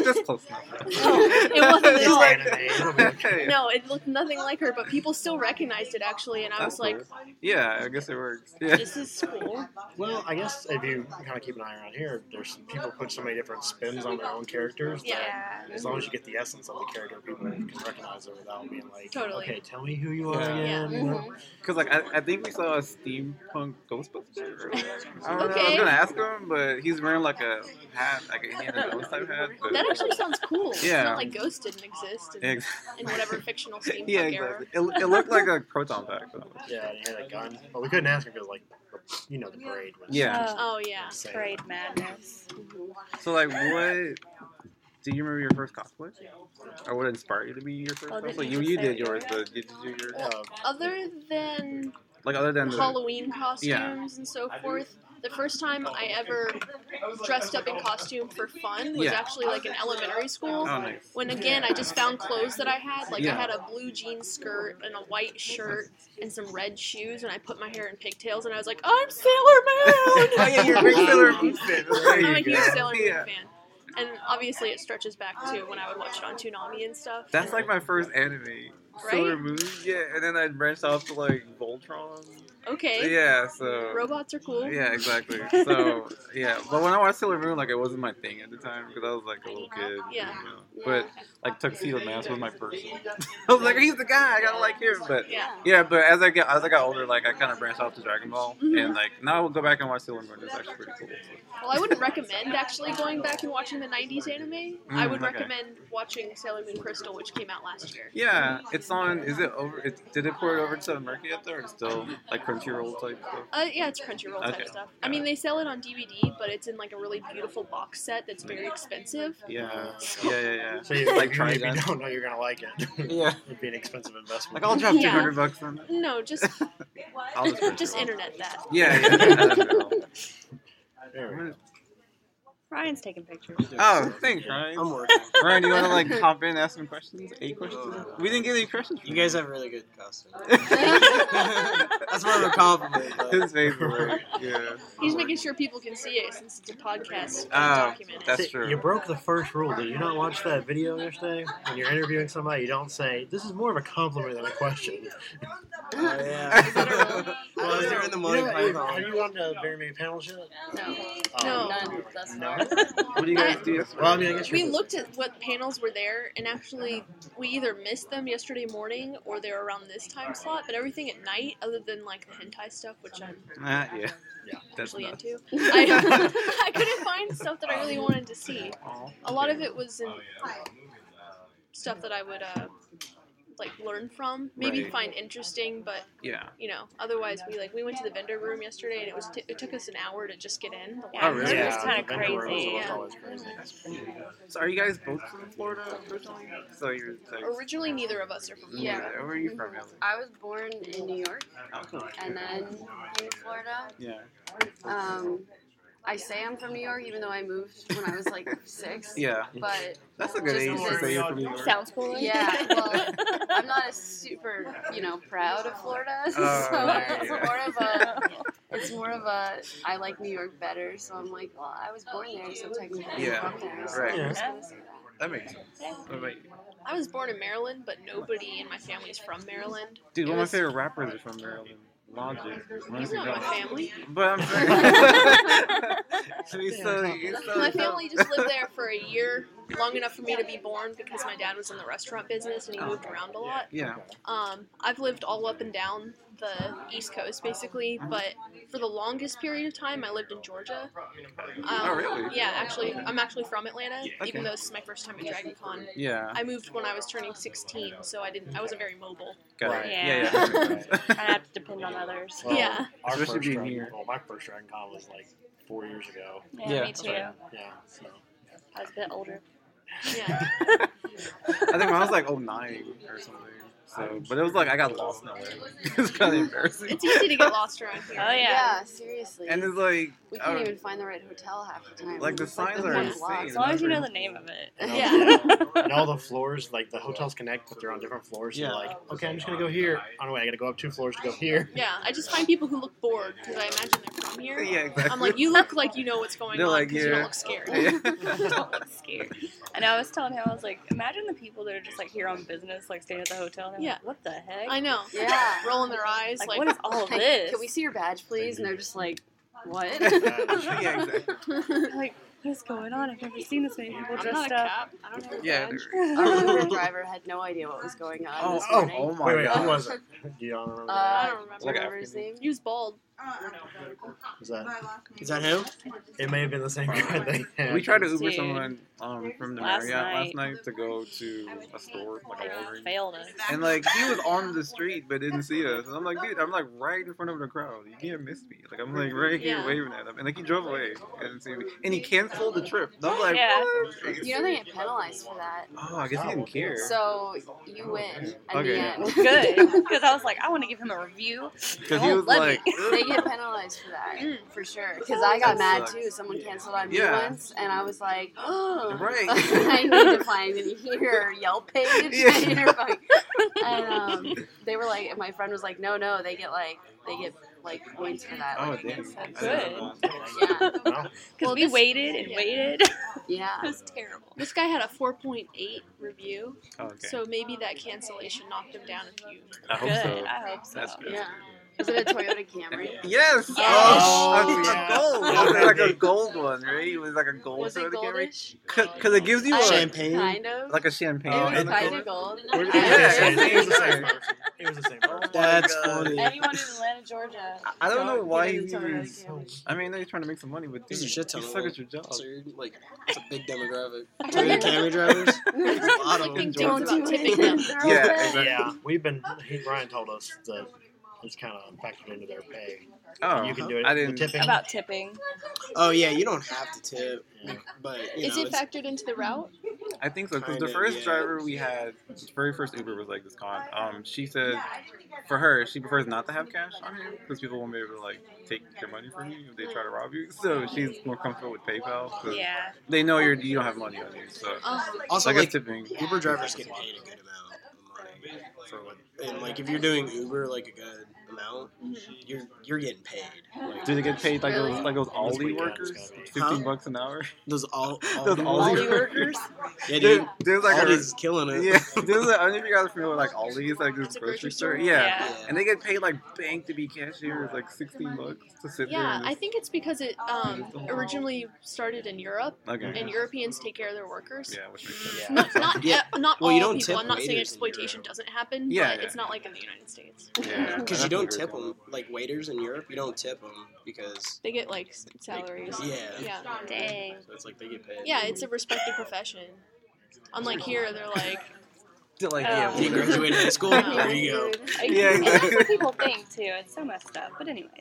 That's close enough. No, it wasn't at It's all. like- Anime. Okay. no, it looked nothing like her, but people still recognized it actually, and I was That's like, cool. yeah, I guess it works. Yeah. This is school. Well, I guess if you kind of keep an eye around here, there's people put so many different spins on their own characters. Yeah. Yeah. As long as you get the essence of the character, people can recognize it without being like, Totally. okay, tell me who you are Yeah. again. you know? Mm-hmm. Mhm. Because like I, I think we saw a steampunk Ghostbuster. earlier. I don't know. I was Okay. gonna ask him, but he's wearing like a hat, like a, he had a ghost type hat. But, That actually sounds cool. Yeah. It's not like Ghost didn't exist in, yeah, in whatever fictional steampunk yeah, era. exactly. It, it looked like a proton pack. Though. Yeah, and he had a gun. But we couldn't ask him because, like, the- you know, the braid was. Yeah. Oh yeah. insane. Trade madness. So like, what? Do you remember your first cosplay? Or what inspired you to be your first Oh, didn't cosplay? you You you just say did it? yours, but did you do yours? Uh, Other than Like other than the, Halloween costumes and so forth, the first time I ever dressed up in costume for fun was Yeah. actually like in elementary oh school. nice. When again, I just found clothes that I had. Like Yeah. I had a blue jean skirt and a white shirt and some red shoes, and I put my hair in pigtails, and I was like, I'm Sailor Moon. Oh yeah, you're a big Sailor Moon fan. There I'm you a huge go. Sailor Moon Yeah. fan. And obviously, it stretches back to when I would watch it on Toonami and stuff. That's like my first anime. Sailor Moon, yeah, and then I branched off to like Voltron. okay, Yeah, so robots are cool. yeah, exactly. So yeah, but when I watched Sailor Moon, like it wasn't my thing at the time because I was like a little kid. Yeah. you know. But like Tuxedo Mask was my person. I was like, he's the guy. I gotta like him. But Yeah. yeah, but as I get as I got older, like I kind of branched off to Dragon Ball, Mhm. and like now I will go back and watch Sailor Moon. It's actually pretty cool. Well, I wouldn't recommend actually going back and watching the 90s anime. I would Mm, okay. recommend watching Sailor Moon Crystal, which came out last year. Yeah, it's on. Is it over? It, did it port over to America yet, though, or it's still like Crunchyroll type stuff? Uh, yeah, it's Crunchyroll type Okay. stuff. I mean, they sell it on DVD, but it's in like a really beautiful box set that's very expensive. Yeah, yeah, yeah, yeah. so you, Like like, you, trying if you that. don't know you're going to like it, Yeah, it'd be an expensive investment. like I'll drop Yeah. two hundred bucks on it. No, just I'll just, print it just off. internet that. Yeah, yeah. There we go. Ryan's taking pictures. oh, thanks, Ryan. I'm working. Ryan, do you want to like hop in, and ask some questions? Eight questions? We didn't get any questions. You guys have really good costumes. His That's more of a compliment. but- favorite. Yeah. He's making sure people can see it since it's a podcast. Ah, documented. that's- See, true. You broke the first rule. Did you not watch that video yesterday? When you're interviewing somebody, you don't say, this is more of a compliment than a question. Oh, yeah. Well, is there in the Monty You know, Python? Have you gone to Very Many Panels yet? Um, No. No. None thus No? far. what do you guys do? Well, I mean, I guess We you're- looked at what panels were there, and actually, we either missed them yesterday morning or they're around this time slot. But everything at night, other than like the hentai stuff, which I'm Ah, yeah. Yeah. That's actually not. into, I, I couldn't find stuff that I really wanted to see. Aw. A lot of it was Oh, in stuff that I would uh, like learn from, maybe Right. find interesting, but Yeah. you know, otherwise we like we went to the vendor room yesterday, and it was t- it took us an hour to just get in. The Yeah, Oh, really? It was Yeah, kind of the vendor crazy. rooms yeah. are always crazy. So, are you guys both from Florida originally? So you're like. "Mm, Originally, neither of us are from. Yeah. Where are you from, Ellie? I was born in New York Oh, cool. and then moved to Florida. Yeah. Um, I say I'm from New York, even though I moved when I was like six. Yeah. But That's a good age to say you're from New York. Sounds cool. yeah, well, I'm not as super, you know, proud of Florida. So yeah, it's Oh, yeah. more of a, it's more of a, I like New York better. So I'm like, well, I was born there, so technically Yeah, I'm from there. So right. I'm just gonna say that. That makes sense. What about you? I was born in Maryland, but nobody in my family is from Maryland. Dude, one It of my was- favorite rappers is from Maryland. Logic. He's not my family. But I'm saying. he's so, he's so My family just lived there for a year, long enough for me to be born because my dad was in the restaurant business and he moved around a Oh. lot. Yeah. Um, I've lived all up and down the East Coast basically, Mm-hmm. but for the longest period of time, I lived in Georgia. Um, Oh, really? Yeah, actually, I'm actually from Atlanta, Okay. even though this is my first time at Dragon Con. Yeah. I moved when I was turning 16, so I didn't. I wasn't very mobile. Got it. Yeah. Yeah. yeah. Kind of have to depend on others. Well, Yeah. Our Especially first being Dragon- here. Well, my first Dragon Con was like four years ago. Yeah, Yeah. me too. Yeah. So. I was a bit older. Yeah. I think when I was like oh nine or something. So, but it was like I got lost nowhere. it's kind of embarrassing. It's easy to get lost around here. Oh, yeah. seriously. And it's like, we I couldn't don't- even find the right hotel half the time. Like, the signs are one insane. block. As long as you know the name of it. And all- Yeah. and all the floors, like the hotels connect, but they're on different floors. So Yeah. you're like, okay, I'm just gonna go here. Oh no, wait, I gotta go up two floors to go here. Yeah, I just find people who look bored because I imagine they're from here. yeah, exactly. I'm like, you look like you know what's going They're on like, because you yeah. don't look scared. Yeah. Don't look scared. And I was telling him, I was like, imagine the people that are just like here on business, like staying at the hotel, and Yeah. What the heck? I know. Yeah. Rolling their eyes Like, like, what is all of Like, this? Can we see your badge, please? And they're just like, what? yeah, exactly. like, what is going on? I've never seen this many people I'm not a dressed up. cop. I don't have a Yeah. badge. Our Uber driver had no idea what was going on Oh, this oh, morning. oh my wait, wait, god. who was it? Do y'all remember? I Uh, don't remember. do you Like remember his name? He was bald. was that? Is that him? It may have been the same guy. They had. We tried to Uber Dude. someone um, from the Last Marriott last night. night to go to a store, like a Like, Walgreens. failed us. And like he was on the street but didn't see us. And I'm like, dude, I'm like right in front of the crowd. You can't miss me. Like I'm like right here Yeah. waving at him. And like he drove away and didn't see me. And he canceled the trip. And I'm like, Yeah. what? You know they get penalized for that. Oh, I guess he didn't care. So you win at Okay. the end. Well, good. Because I was like, I want to give him a review. Because he Don't was let like, me. they get penalized for that for sure. Because I got Mm, That mad sucks. too. Someone canceled on me Yeah. once, and I was like, oh, Right. I need to find your Yelp page. Yeah. Your fucking- and um, they were like, and my friend was like, no, no, they get like they get like points for that. oh like, damn. against them. I didn't know that. Yeah, Wow. Because Well, we this- waited and yeah. waited. it yeah. was terrible. This guy had a 4.8 review, Oh, okay. so maybe that cancellation knocked him down a few. I hope good. so. I hope so. That's good. Yeah. Is it a Toyota Camry? Yes. Yes. Oh, Oh, a gold. yeah. It was like a gold one, right? It was like a gold Was sort it of camera. goldish? Because it gives you I- a, Champagne? Kind of. like a champagne. Oh, it was on the kind cover. of gold. It was Yeah. the same- it was the same person. It was the same person. That's Oh my God. funny. Anyone in Atlanta, Georgia. I- I don't know why get he's into Toyota even. Camry. I mean, I know you're trying to make some money, but dude, There's a you shit suck ton of at your job. So you're, like, it's a big demographic. heard Toyota that. Camry drivers. There's a lot of Like, them. they don't do tipping them. Yeah, exactly. Yeah, we've been. He, Ryan told us that it's kind of factored into their pay. Oh, you can do it. I the didn't. tipping. About tipping. Oh yeah, you don't have to tip, Yeah. but you Is know, it it's- factored into the route? I think so because the Kinda, first yeah. driver we had, the very first Uber was like this con. Um, she said for her, she prefers not to have cash on her because people won't be able to like take your money from you if they try to rob you. So she's more comfortable with PayPal 'cause Yeah. they know you're you don't have money on you. So Oh, so also I guess like tipping. Uber drivers get paid a good amount of money. So like, and like if you're doing Uber like a good amount, Mm-hmm. you're you're getting paid. Like, Do they get paid like Really? those like those This Aldi weekend workers? it's gonna be- Fifteen Huh? bucks an hour. those all, all Those Aldi Aldi workers. Yeah, dude. Dude, there's like Aldi's is killing a it. yeah. There's a, I don't know if you guys are familiar with like Aldi's like this It's grocery, a grocery store. store. Yeah. Yeah. and they get paid like bank to be cashiers, like sixteen bucks to sit Yeah, there. I And think it's because it Oh. um, originally started in Europe, I, okay. and Europeans take care of their workers. yeah, which makes sense. Yeah. Not, not, Yeah. e- not Well, all you don't people. tip I'm not saying waiters in exploitation Europe. doesn't happen, Yeah, but yeah. it's not like in the United States. Yeah, Because definitely you don't agree tip with them like waiters in Europe. You don't tip them because They get like s- salaries. yeah, Yeah. Dang. So it's like they get paid. Yeah, it's a respected profession. Unlike here, they're like, that. Like, Oh. You graduated high school. Oh, There you go. Yeah, And that's exactly. what people think too. It's so messed up. But anyways.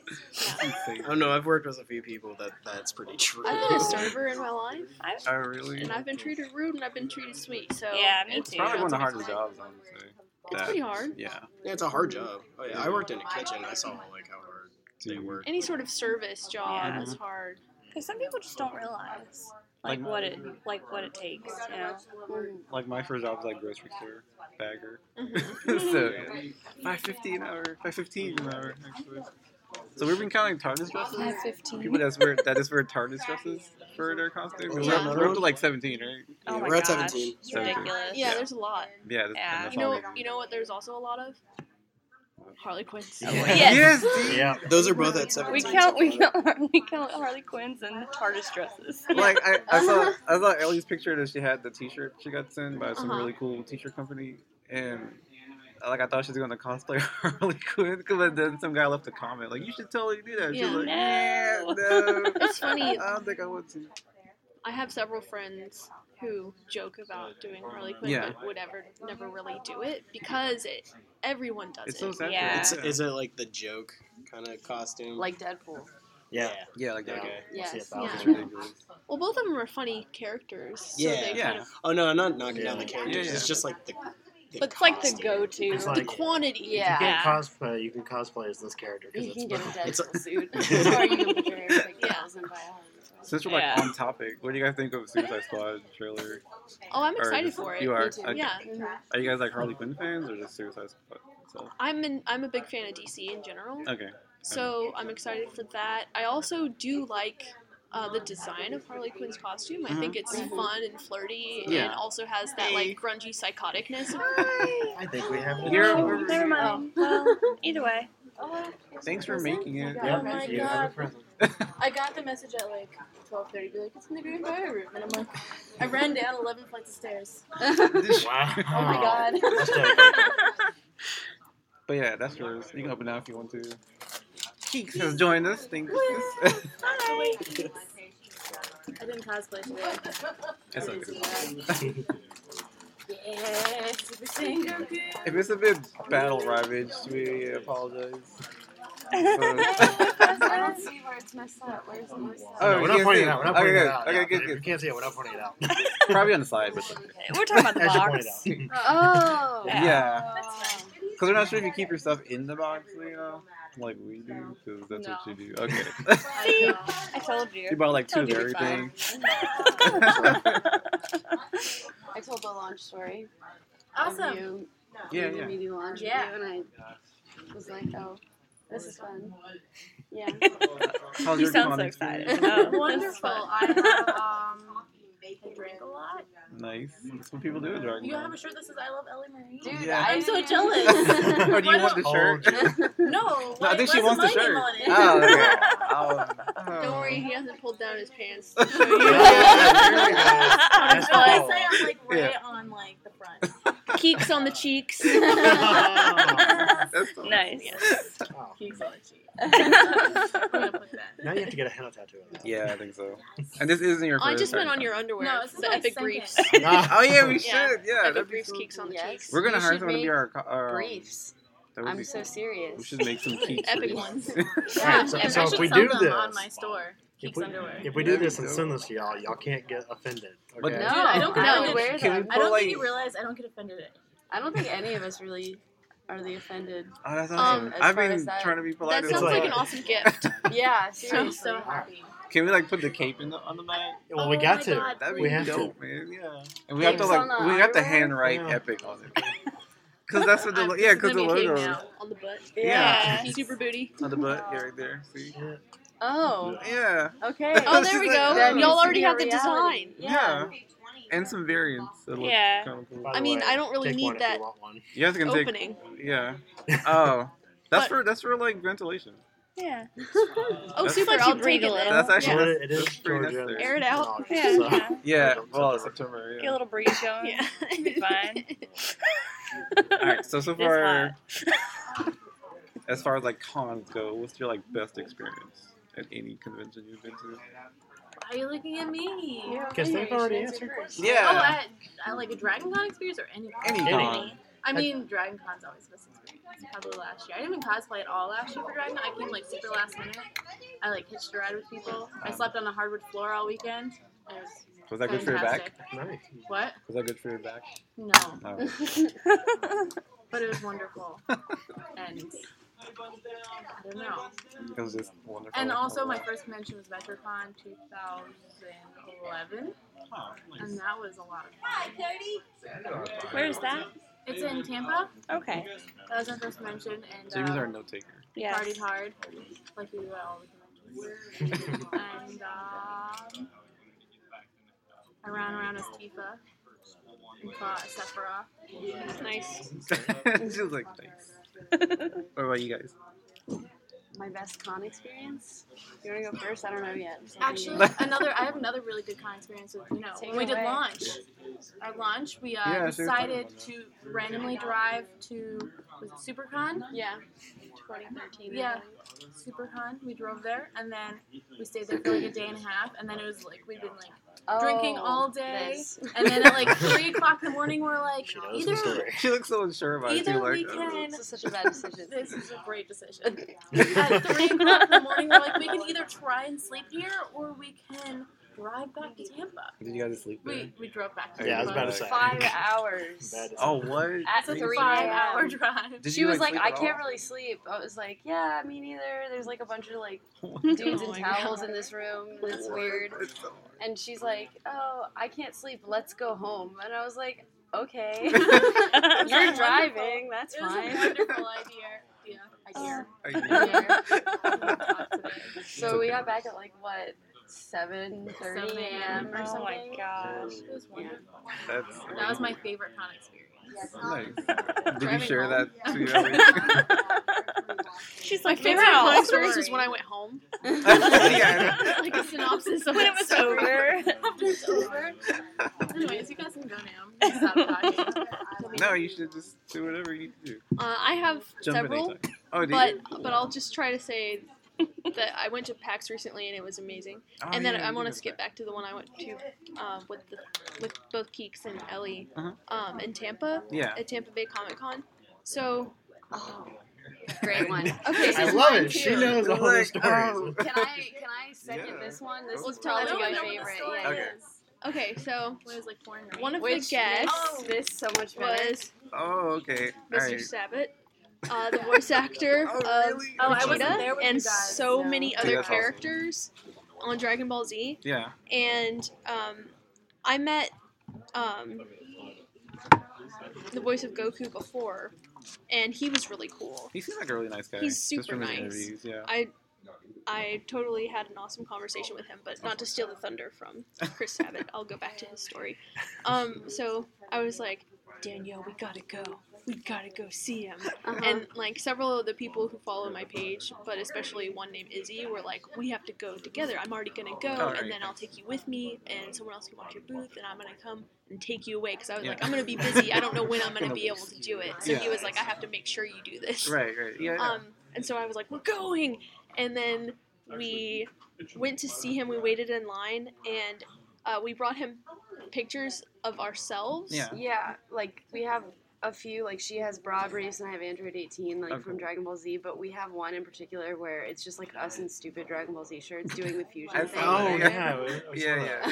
I don't know. Oh, I've worked with a few people that that's pretty true. I've been a server in my life, I Oh, really. and I've been treated rude, and I've been treated sweet. So Yeah, me it's too. Probably one of the sounds hardest like jobs, honestly. It's That- pretty hard. Yeah. Yeah, it's a hard job. Oh, yeah, I worked in a kitchen. I saw like how hard they work. Any sort of service job Yeah. is hard. Because some people just don't realize like, Like- what it like what it takes. You know. Mm. Like my first job was like grocery store bagger. Mhm. so yeah. Five fifty an hour. Five fifteen an hour actually. So we've been counting TARDIS dresses. People that's wear that just wear TARDIS dresses for their costume. We're, Yeah. up, we're up to like seventeen, right? Oh my We're at gosh. 17. It's Seventeen. ridiculous. Yeah, Yeah. there's a lot. Yeah, that's, Yeah. that's You all know, we- you know what? There's also a lot of Harley Quinns. Yeah. Yes, Yes. dude. Yeah. Those are both at 17. We count we count we count Harley Quinns and TARDIS dresses. Like I, I saw I saw Ellie's picture that she had the T-shirt she got sent by some Uh-huh. really cool T-shirt company, and like I thought she was going to cosplay Harley Quinn, but then some guy left a comment like, "You should totally do that." She was like, Yeah. "Nah, no." It's funny. I don't think I want to. I have several friends who joke about doing Harley Quinn, Yeah. but would ever never really do it because it, everyone does It's so it. sad. Yeah. It's, is it like the joke kind of costume? Like Deadpool. Yeah. Yeah, like that Yeah. guy. I see a Yes. thousand. It's Yeah. ridiculous. well, both of them are funny characters, so Yeah. they kind Yeah. of. Oh no, I'm not knocking down the Yeah. characters. Yeah, yeah. It's just like the. the But it's like the costume. go-to. It's like- The quantity. Yeah. You can't Yeah. cosplay. You can cosplay as this character because You it's can get a both. Deadpool It's a- suit. or you can put your hair like Yeah. curls and buy a Harley Quinn. Since we're like Yeah. on topic, what do you guys think of Suicide Squad trailer? Oh, I'm Or excited just- for it. You are. Me too. okay. Yeah, Mhm. Are you guys like Harley Quinn fans or just Suicide Squad? So, I'm in, I'm a big fan of DC in general, okay. so I'm excited for that. I also do like uh, the design of Harley Quinn's costume. I Mhm. think it's fun and flirty, and Yeah. also has that like grungy psychoticness. of I think we have. You're Oh, over- never mind. Well, either way. Thanks for making it. Yeah, Oh my you have God. a present. I got the message at like 12:30. Be like, it's in the green fire room, and I'm like, I ran down 11 flights of stairs. Wow. Oh my god. That's dedicated. But yeah, that's yours. You can open it now if you want to. Keeks has joined us. Thanks. it's Hi. I didn't cosplay today. okay. Yes, Super Saiyan Goku. If it's a bit battle ravaged, we apologize. I don't see where it's messed up. Where's the messed up? Oh, No, you we're not can't pointing see it out. We're not it. Okay, pointing good. it out. now. Okay, good, If good. You can't see it. We're not pointing it out. Probably on the side, but We're talking about the As you pointed box. out. Oh. yeah. That's fine. Because we're not sure if you keep your stuff in the box, you know, like we do, because that's what No. you do. Okay. See, I told you you. bought like two of Told you everything. I told the launch story. Awesome. You, yeah, you made yeah. me do launch Yeah. with you, and I was like, oh, this is fun. Yeah. How's You your sound so Comic excited. experience? Oh, Wonderful. I have, um, I drank a lot. Nice. That's what people do with Dragon You have Con. a shirt that says "I love Ellie Marie." Dude, Yeah. I I'm so didn't- jealous. or Oh, do Why you want the not? shirt? No, No, I why- think she why is wants the my name shirt. on it? Oh, okay. Oh, oh. Don't worry, he hasn't pulled down his pants. To show Yeah, you. yeah, yeah, Oh, I That's the was goal. say I'm like right Yeah. on like the front. Keeks on the cheeks. That's so- nice. Wow. Keeks on the cheek. I'm I gonna put that. Oh, Now you have to get a henna tattoo of that. Yeah, I think so. And this isn't Oh, your first. I just went Dragon on your underwear. No, this is the my epic second. briefs. Con. Oh yeah, we Yeah. should. Yeah, that'd epic be briefs, cool. Keeks on the Yes. cheeks. We're gonna You hire should someone to be make our. co- our Briefs. that would I'm be so cool. We serious. should make some keeks. Epic briefs. ones. Alright, Yeah, so- and so I if should we sell do them this- on my store. Keeks If we, underwear. if we do this and send this to y'all, y'all can't get offended. But- No, Okay? I don't get I offended. would wear Can we them. I don't Well, think like- you realize I don't get offended at I don't think any of us really are the offended. Oh, that's awesome. as Um, I've far been as that- trying to be polite. That as sounds well. like an awesome gift. Yeah, I'm seriously. so happy. Can we like put the cape in the, on the back? Well, we Oh got my to. God, That'd be We have to. dope, man. Yeah. And we have to Capes like on the we have to underwear? handwrite Yeah. epic on it. Cause that's what the I'm lo- yeah, just cause the gonna be logo taking out on the butt. Yeah. super booty. on the butt, yeah, right there. See? Oh, Yeah. okay. Oh, there we She's like, go. that Y'all needs to already be a have the reality. design. Yeah. And some variants. that look Yeah. Kind of cool. By the I mean, way, I don't really take need one if that You want one. You guys can Opening. take yeah. Oh. That's But- for that's for like ventilation. yeah. Oh, That's super! pretty I'll cool. take it. That's then. That's actually Well, it- it is that's pretty Georgia. necessary. Air it out. August, Yeah. so- yeah. Yeah. September. Well September, Get a yeah. little breeze going. Yeah. It'll be fine. Alright, so so It's far as far as like cons go, what's your like best experience at any convention you've been to? Why are you looking at me? Because they've already answered questions. Oh, at, at like a Dragon Con experience or any Any Any. con. I mean, Dragon Con's always the best experience. Probably last year. I didn't even cosplay at all last year for Dragon Con. I came like super last minute. I like hitched a ride with people. I slept on the hardwood floor all weekend. It was Was that good for your back? fantastic. Nice. What? Was that good for your back? Oh, No. No. But it was wonderful. and I don't know. It was just wonderful. And also, my first convention was MetroCon 2011, Oh, nice. and that was a lot of fun. Where is that? It's in Tampa. Okay. That was our first convention, and Jamie's uh, our note taker. Yeah. partied hard, like we do at all the conventions. and um, I ran around as Tifa and fought Sephiroth. Nice. She's like, thanks. What about you guys? My best con experience. You want to go first? I don't know yet. Actually, another I have another really good con experience with you know Take when we it did away. launch. Our launch, we uh, Yeah, she was talking decided about to randomly drive to was it SuperCon. yeah. 2013. Yeah, SuperCon. We drove there and then we stayed there for like a day and a half, and then it was like we've been like Drinking all day. Oh, this. And then at like three o'clock in the morning, we're like, She knows the either story. She looks so unsure about it. either too, like, we "Oh, can. This is such a bad decision. This is a great decision. At three o'clock in the morning, we're like, we can either try and sleep here or we can drive back to Tampa. Did you guys sleep there? We we drove back to Yeah, I Tampa. was about to say. Five hours. Bad. Oh, what? At It's Did a you- three five-hour a.m. drive. did she you, was like, sleep I at can't all? really sleep. I was like, yeah, me neither. There's like a bunch of like dudes Oh in my towels God. in this room. It's weird. It's so hard. And she's like, oh, I can't sleep. Let's go home. And I was like, okay. It was You're wonderful. driving. That's It was a fine. Um, wonderful idea. Yeah, idea. Are you- Yeah. Talk today. So we got back at like what seven thirty 7 a.m. a.m. or Oh something. my gosh. It was wonderful. That's That was my favorite con experience. nice. Did you Driving share that home. to your She's My like, favorite wow. con experience was when I went home. Yeah, I know. like a synopsis of when it that was story. over. It's over. Anyways, you guys can go Uh, now. Stop talking. No, you should just do whatever you do. Uh, I have Jump several, in anytime. Oh, did but you? but I'll just try to say that I went to PAX recently and it was amazing. Oh, and then yeah, I you want to did. skip back to the one I went to uh, with the, with both Keeks and Ellie Uh-huh. um, in Tampa Yeah. at Tampa Bay Comic Con. So Great one. okay, this I is love mine it. too. She knows all the Like, stories. oh. Can I can I second Yeah. this one? This Let's is tell probably everyone my what the favorite. story Yeah, Okay. yeah. okay, so It was like porn, right? one of Which the guests makes this so much better. was Oh, okay. All Mr. right. Sabat, uh, the voice actor Oh, of uh, really? Oh, I wasn't Vegeta there with you and guys, so no. many Dude, other that's awesome. characters on Dragon Ball Z. Yeah. and um, I met um, the voice of Goku before, and he was really cool. He seemed like a really nice guy. He's just super from his nice. interviews, yeah. I I totally had an awesome conversation with him, but not to steal the thunder from Chris Sabat, I'll go back to his story. Um, so I was like, Danielle, we gotta go. We gotta go see him. Uh-huh. And like several of the people who follow my page, but especially one named Izzy, were like, "We have to go together. I'm already gonna go, All right. and then I'll take you with me, and someone else can watch your booth, and I'm gonna come and take you away." Because I was Yeah. like, "I'm gonna be busy. I don't know when I'm gonna Gonna be able to do it." So he Yeah. was like, "I have to make sure you do this." Right, right. Yeah. yeah. Um, and so I was like, "We're going," and then we went to see him. We waited in line, and uh, we brought him pictures of ourselves. Yeah. Yeah, like we have a few. Like she has broad reefs, and I have Android 18, like Okay. from Dragon Ball Z. But we have one in particular where it's just like us in stupid Dragon Ball Z shirts doing the I fusion thing. saw Oh, that. yeah. we- we Yeah, saw yeah.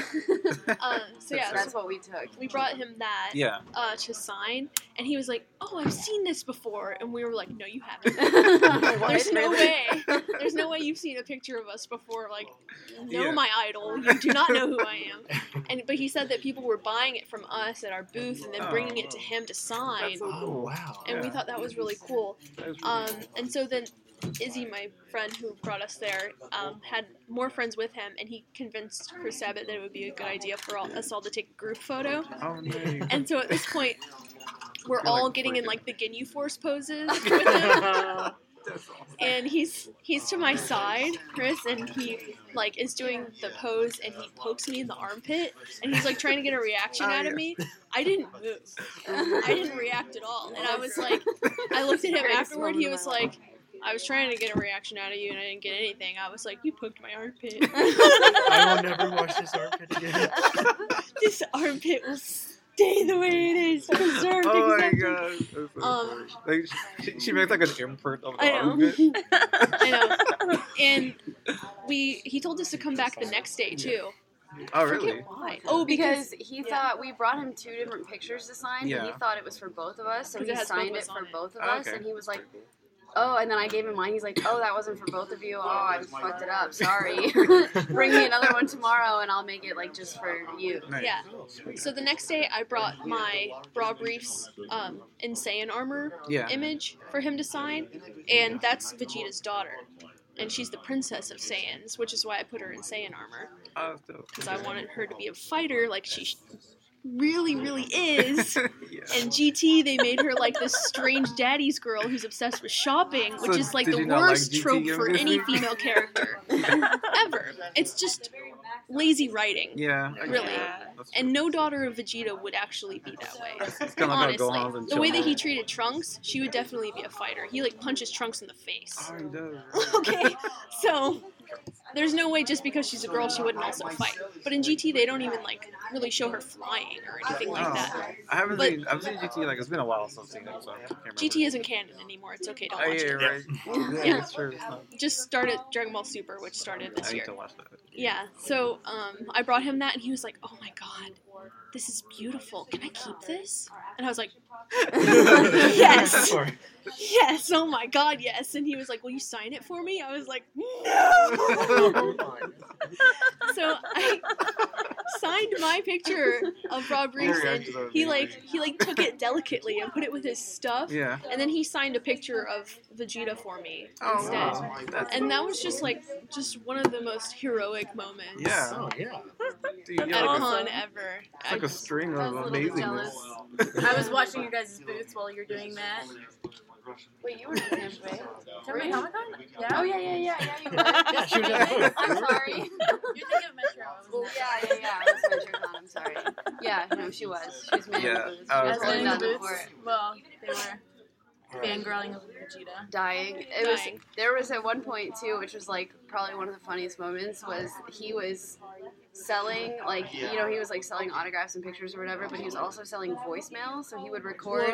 that. Uh, so yeah, That's so what we took. we brought him that. yeah. uh, to sign, and he was like, "Oh, I've seen this before," and we were like, "No, you haven't. What? There's no Really? way. There's no way you've seen a picture of us before. Like, no, Yeah. my idol. You do not know who I am." And but he said that people were buying it from us at our booth and then bringing it to him to sign, That's Oh, wow. and we Yeah. thought that was really cool. That was really Um, and so then Izzy, my friend who brought us there, um, had more friends with him, and he convinced Chris Sabat that it would be a good idea for all, us all to take a group photo. Oh, nice. And so at this point, we're You're, all like, getting in freaking- like the Ginyu Force poses with him, and he's he's to my side, Chris, and he like is doing the pose, and he pokes me in the armpit, and he's like trying to get a reaction Oh, out of yeah. me. I didn't move. I didn't react at all, and I was like, I looked at him Greatest afterward. moment He of was my life. like. I was trying to get a reaction out of you, and I didn't get anything. I was like, "You poked my armpit. I will never wash this armpit again. this armpit will stay the way it is, preserved Oh my exactly." god. That's so funny. Um, like she, she makes like an imprint of the I know. armpit. I know. And we he told us to come back the next day too. Oh Forget really? why. Oh, because, because he Yeah. thought we brought him two different pictures to sign, but he Yeah. thought it was for both of us, so Because he it has both signed of it us for on it. both of Oh, us, okay. and he was like, "Oh," and then I gave him mine. He's like, "Oh, that wasn't for both of you. Oh, I fucked it up. Sorry. Bring me another one tomorrow, and I'll make it like just for you." Nice. yeah. So the next day I brought my Bra Briefs um, insane armor Yeah. image for him to sign, and that's Vegeta's daughter. And she's the princess of Saiyans, which is why I put her in Saiyan armor Oh, that's dope. because I wanted her to be a fighter like she sh- really, really is. Yeah. And GT, they made her like this strange daddy's girl who's obsessed with shopping, which So is like did the you not like worst GT trope Young for Justice? any female character ever. It's just lazy writing. Yeah. I get Really. that. That's And no daughter of Vegeta would actually be that way. It's kinda like how Gohan's Honestly, and the way that he Chunli- treated Trunks, she would definitely be a fighter. He like punches Trunks in the face. Oh, he does. okay, so there's no way just because she's a girl she wouldn't also fight. But in GT, they don't even like really show her flying or anything like Oh. that. I haven't But- seen. I've seen GT like it's been a while since I've seen it. So I can't remember. GT isn't canon anymore. It's okay, don't Oh watch yeah, it. right. Yeah, Yeah. it's true. It's not. Just started Dragon Ball Super, which started I this need year. to watch that. Yeah. So um, I brought him that, and he was like, "Oh my god, this is beautiful. Can I keep this?" And I was like, "Yes, Sorry. yes. Oh my god, yes." And he was like, "Will you sign it for me?" I was Oh, like, "No." so I signed posted my picture of Rob Reeves, and he like he like took it delicately and put it with his stuff, Yeah. and then he signed a picture of Vegeta for me Oh, instead. wow. That's, And that was just like just one of the most heroic moments yeah. Oh yeah. Dude, at yeah, a like a, con ever. it's like a string I of was a little bit amazingness. jealous. I was watching your guys' boots while you're doing that. Wait, you were with him, right? Remember Comic Con? Yeah. Oh yeah, yeah, yeah, yeah. You were. Yeah, she was Yes, at I'm sorry. You're thinking of Metro. Well, wasn't yeah, it? yeah, yeah. I was Metro Con, I'm sorry. Yeah, no, she was. She was man in Yeah, the booth. She I was was As going in the down the boots. court, Well, they were fangirling over Vegeta. dying. It was. Dying. There was at one point too, which was like probably one of the funniest moments. Was he was selling like you know he was like selling autographs and pictures or whatever, but he was also selling voicemails. So he would record.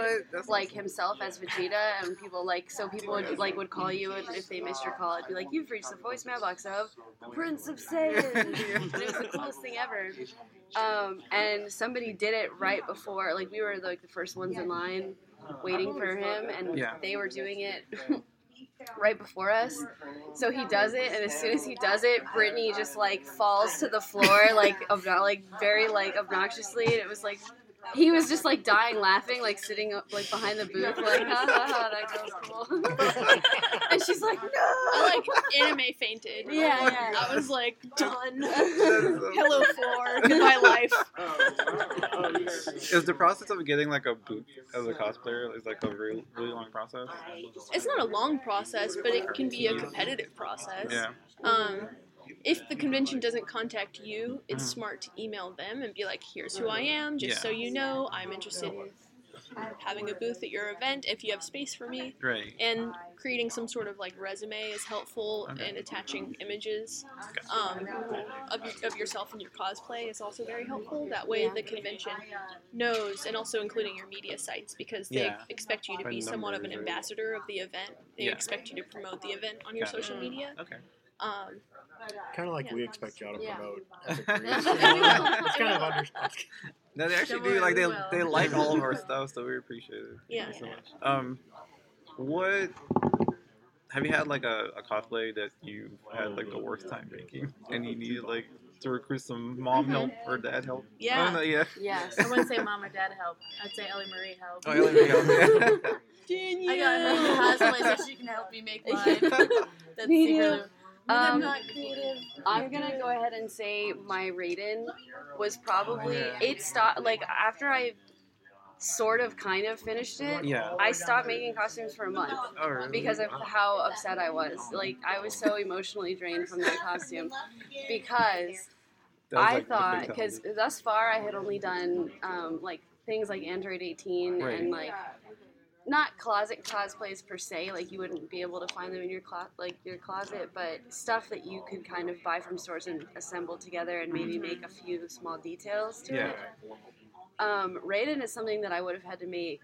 like himself as Vegeta, and people like so people would like would call you if, if they missed your call. It'd be like you've reached the voicemail box of the Prince of Saiyan. and it was the coolest thing ever. Um, and somebody did it right before, like we were like the first ones in line waiting for him, and Yeah. they were doing it. Right before us, so he does it, and as soon as he does it, Brittany just like falls to the floor, like obno- like very like obnoxiously, and it was like he was just like dying laughing, like sitting up like behind the booth, like ha ha ha, that girl's cool. and she's like, no. I like anime fainted. Yeah, yeah. I was like done. Hello. Hello floor, goodbye life. Is the process of getting like a boot as a cosplayer is like a real, really long process? It's not a long process, but it can be a competitive process. Yeah. Um, if the convention doesn't contact you, it's smart to email them and be like, "Here's who I am, just Yeah. so you know, I'm interested in having a booth at your event if you have space for me." Right. and creating some sort of like resume is helpful Okay. and attaching images um, of, of yourself and your cosplay is also very helpful that way Yeah. the convention knows and also including your media sites because they Yeah. expect you to By be somewhat of an numbers or- ambassador of the event they Yeah. expect you to promote the event on your Gotcha. social media Okay. um, Kind of like Yeah. we expect y'all to Yeah. promote. as a group. it's It's kind of under. No, they actually Don't do. Like worry, they, we will. they like all of our stuff, so we appreciate it. yeah Thank you so much. Um, what have you had like a, a cosplay that you had like the worst time making, and you needed like to recruit some mom Mhm. help or dad help? I yeah don't know. Yeah. Yes. I wouldn't say mom or dad help. I'd say Ellie Marie help. Oh, Ellie Marie help. I got her cosplay so she can help me make mine. That's Me secretly- too. I'm Um, not creative. I'm gonna go ahead and say my Raiden was probably Yeah. it stopped like after I sort of kind of finished it. yeah. I stopped making costumes for a month Oh, really? because of Wow. how upset I was. Like I was so emotionally drained from that costume because That was, I like, the thought because fatality. thus far I had only done um, like things like Android 18 Right. and like not closet cosplays per se. Like you wouldn't be able to find them in your clo- like your closet, but stuff that you could kind of buy from stores and assemble together and maybe make a few small details to Mm-hmm. yeah, it. Um, Raiden is something that I would have had to make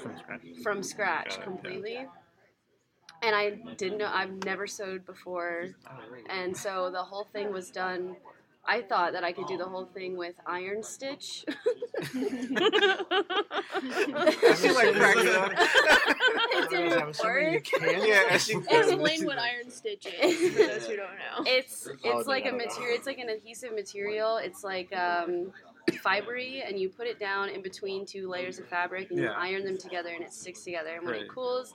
from scratch. from Got it, scratch yeah. completely. And I didn't know I've never sewed before and so the whole thing was done. I thought that I could do the whole thing with iron stitch. I feel like cracking up. It You guys didn't have so many work. cans? Yeah, I think so. explain what iron stitch is for those who don't know It's Oh, it's like a no. material. It's like an adhesive material. It's like um, fibery, and you put it down in between two layers of fabric, and you Yeah. iron them together, and it sticks together. And when Right. it cools,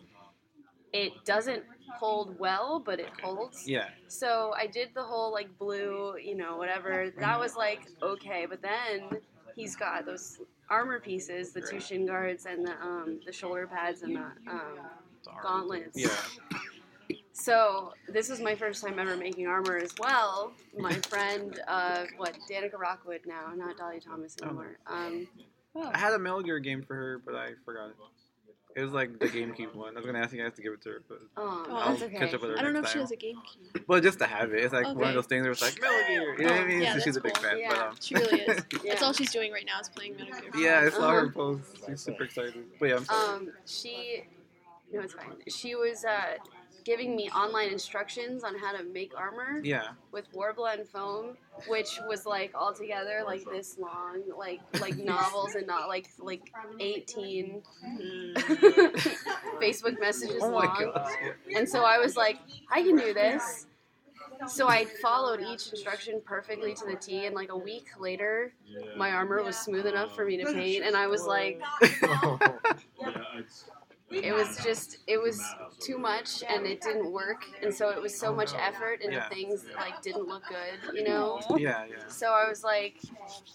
it doesn't hold well, but it holds. Yeah, So I did the whole like blue, you know, whatever. That was like okay, but then he's got those armor pieces, the two shin guards and the um, the shoulder pads and the um, gauntlets. yeah. So this was my first time ever making armor as well. My friend, uh, what Danica Rockwood now, not Dolly Thomas Oh. anymore. Um, I had a Metal Gear game for her, but I forgot it. It was like the GameCube one. I was gonna ask you guys to give it to her, but oh, I'll that's okay. catch up with her. I don't know if next she time. has a GameCube Well, just to have it. It's like one Okay. Oh, of those things where it's like Metal Gear. You know what I mean? Yeah, so she's that's a big cool. fan. But, Yeah. um, she really is Uh-huh. Yeah. that's all she's doing right now is playing Metal Gear yeah, I Solid. saw her post. She's super excited. But yeah, I'm sorry. Um, she, no, it's fine. She was uh, giving me online instructions on how to make armor yeah. with warblend foam, which was like all together like this long, like like novels and not like like eighteen Facebook messages Oh my long. gosh. And so I was like, I can do this. So I followed each instruction perfectly to the T, and like a week later, my armor was smooth enough for me to paint, and I was like, it was just, it was too much, and it didn't work, and so it was so much effort into Yeah. things that like didn't look good, you know. Yeah, yeah. So I was like,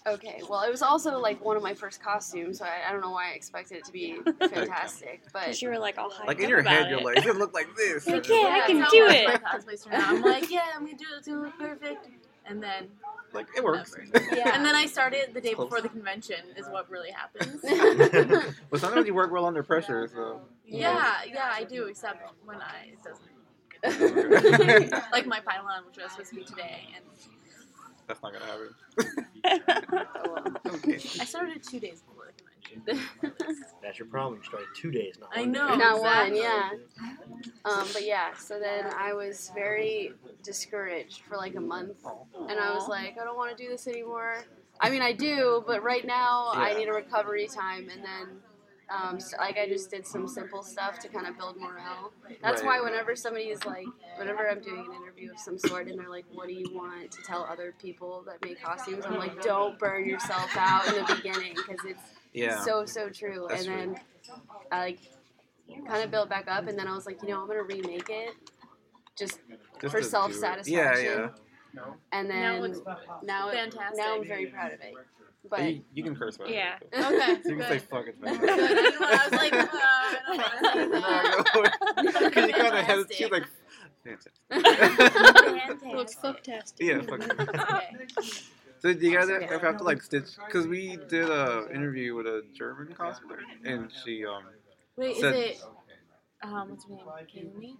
okay. Well, it was also like one of my first costumes, so I, I don't know why I expected it to be fantastic, but Because you were like all hyped Like in up your about head, it. you're like, it's gonna look like this. Like, yeah, I That's can how do I it. play cosplays now. I'm like, yeah, I'm gonna do it to look perfect, and then Like, it works. yeah, and then I started the day Close. before the convention is what really happens. But sometimes you work well under pressure, so. yeah, yeah, I do, except when I it doesn't. like my pylon, which was supposed to be today, and That's not gonna happen. I started two days before the convention. That's your problem. You started two days, not I one know. day. not one, exactly. yeah. Um, but yeah, so then I was very discouraged for like a month, and I was like, I don't want to do this anymore. I mean, I do, but right now I Yeah. need a recovery time, and then. Um, so, like I just did some simple stuff to kind of build morale. That's Right. why whenever somebody is like, whenever I'm doing an interview of some sort, and they're like, "What do you want to tell other people that make costumes?" I'm like, "Don't burn yourself out in the beginning because it's Yeah. so so true. That's and then I like kind of built back up, and then I was like, you know, I'm gonna remake it, just Just for to do it. self-satisfaction. Yeah, yeah. and then Now now it looks now, fantastic. I'm very proud of it. But But you, you can curse about Yeah. it. Okay. So you can good. say fuck it. Good. I didn't want- I was like, uh, I don't want to Because you kind of had Fantastic. she's like, It looks fantastic. yeah, fuck it. Okay. So do you guys ever have to like stitch? Because we did a interview with a German cosplayer, and she um Wait, is Said- it um what's her name? Kaylee?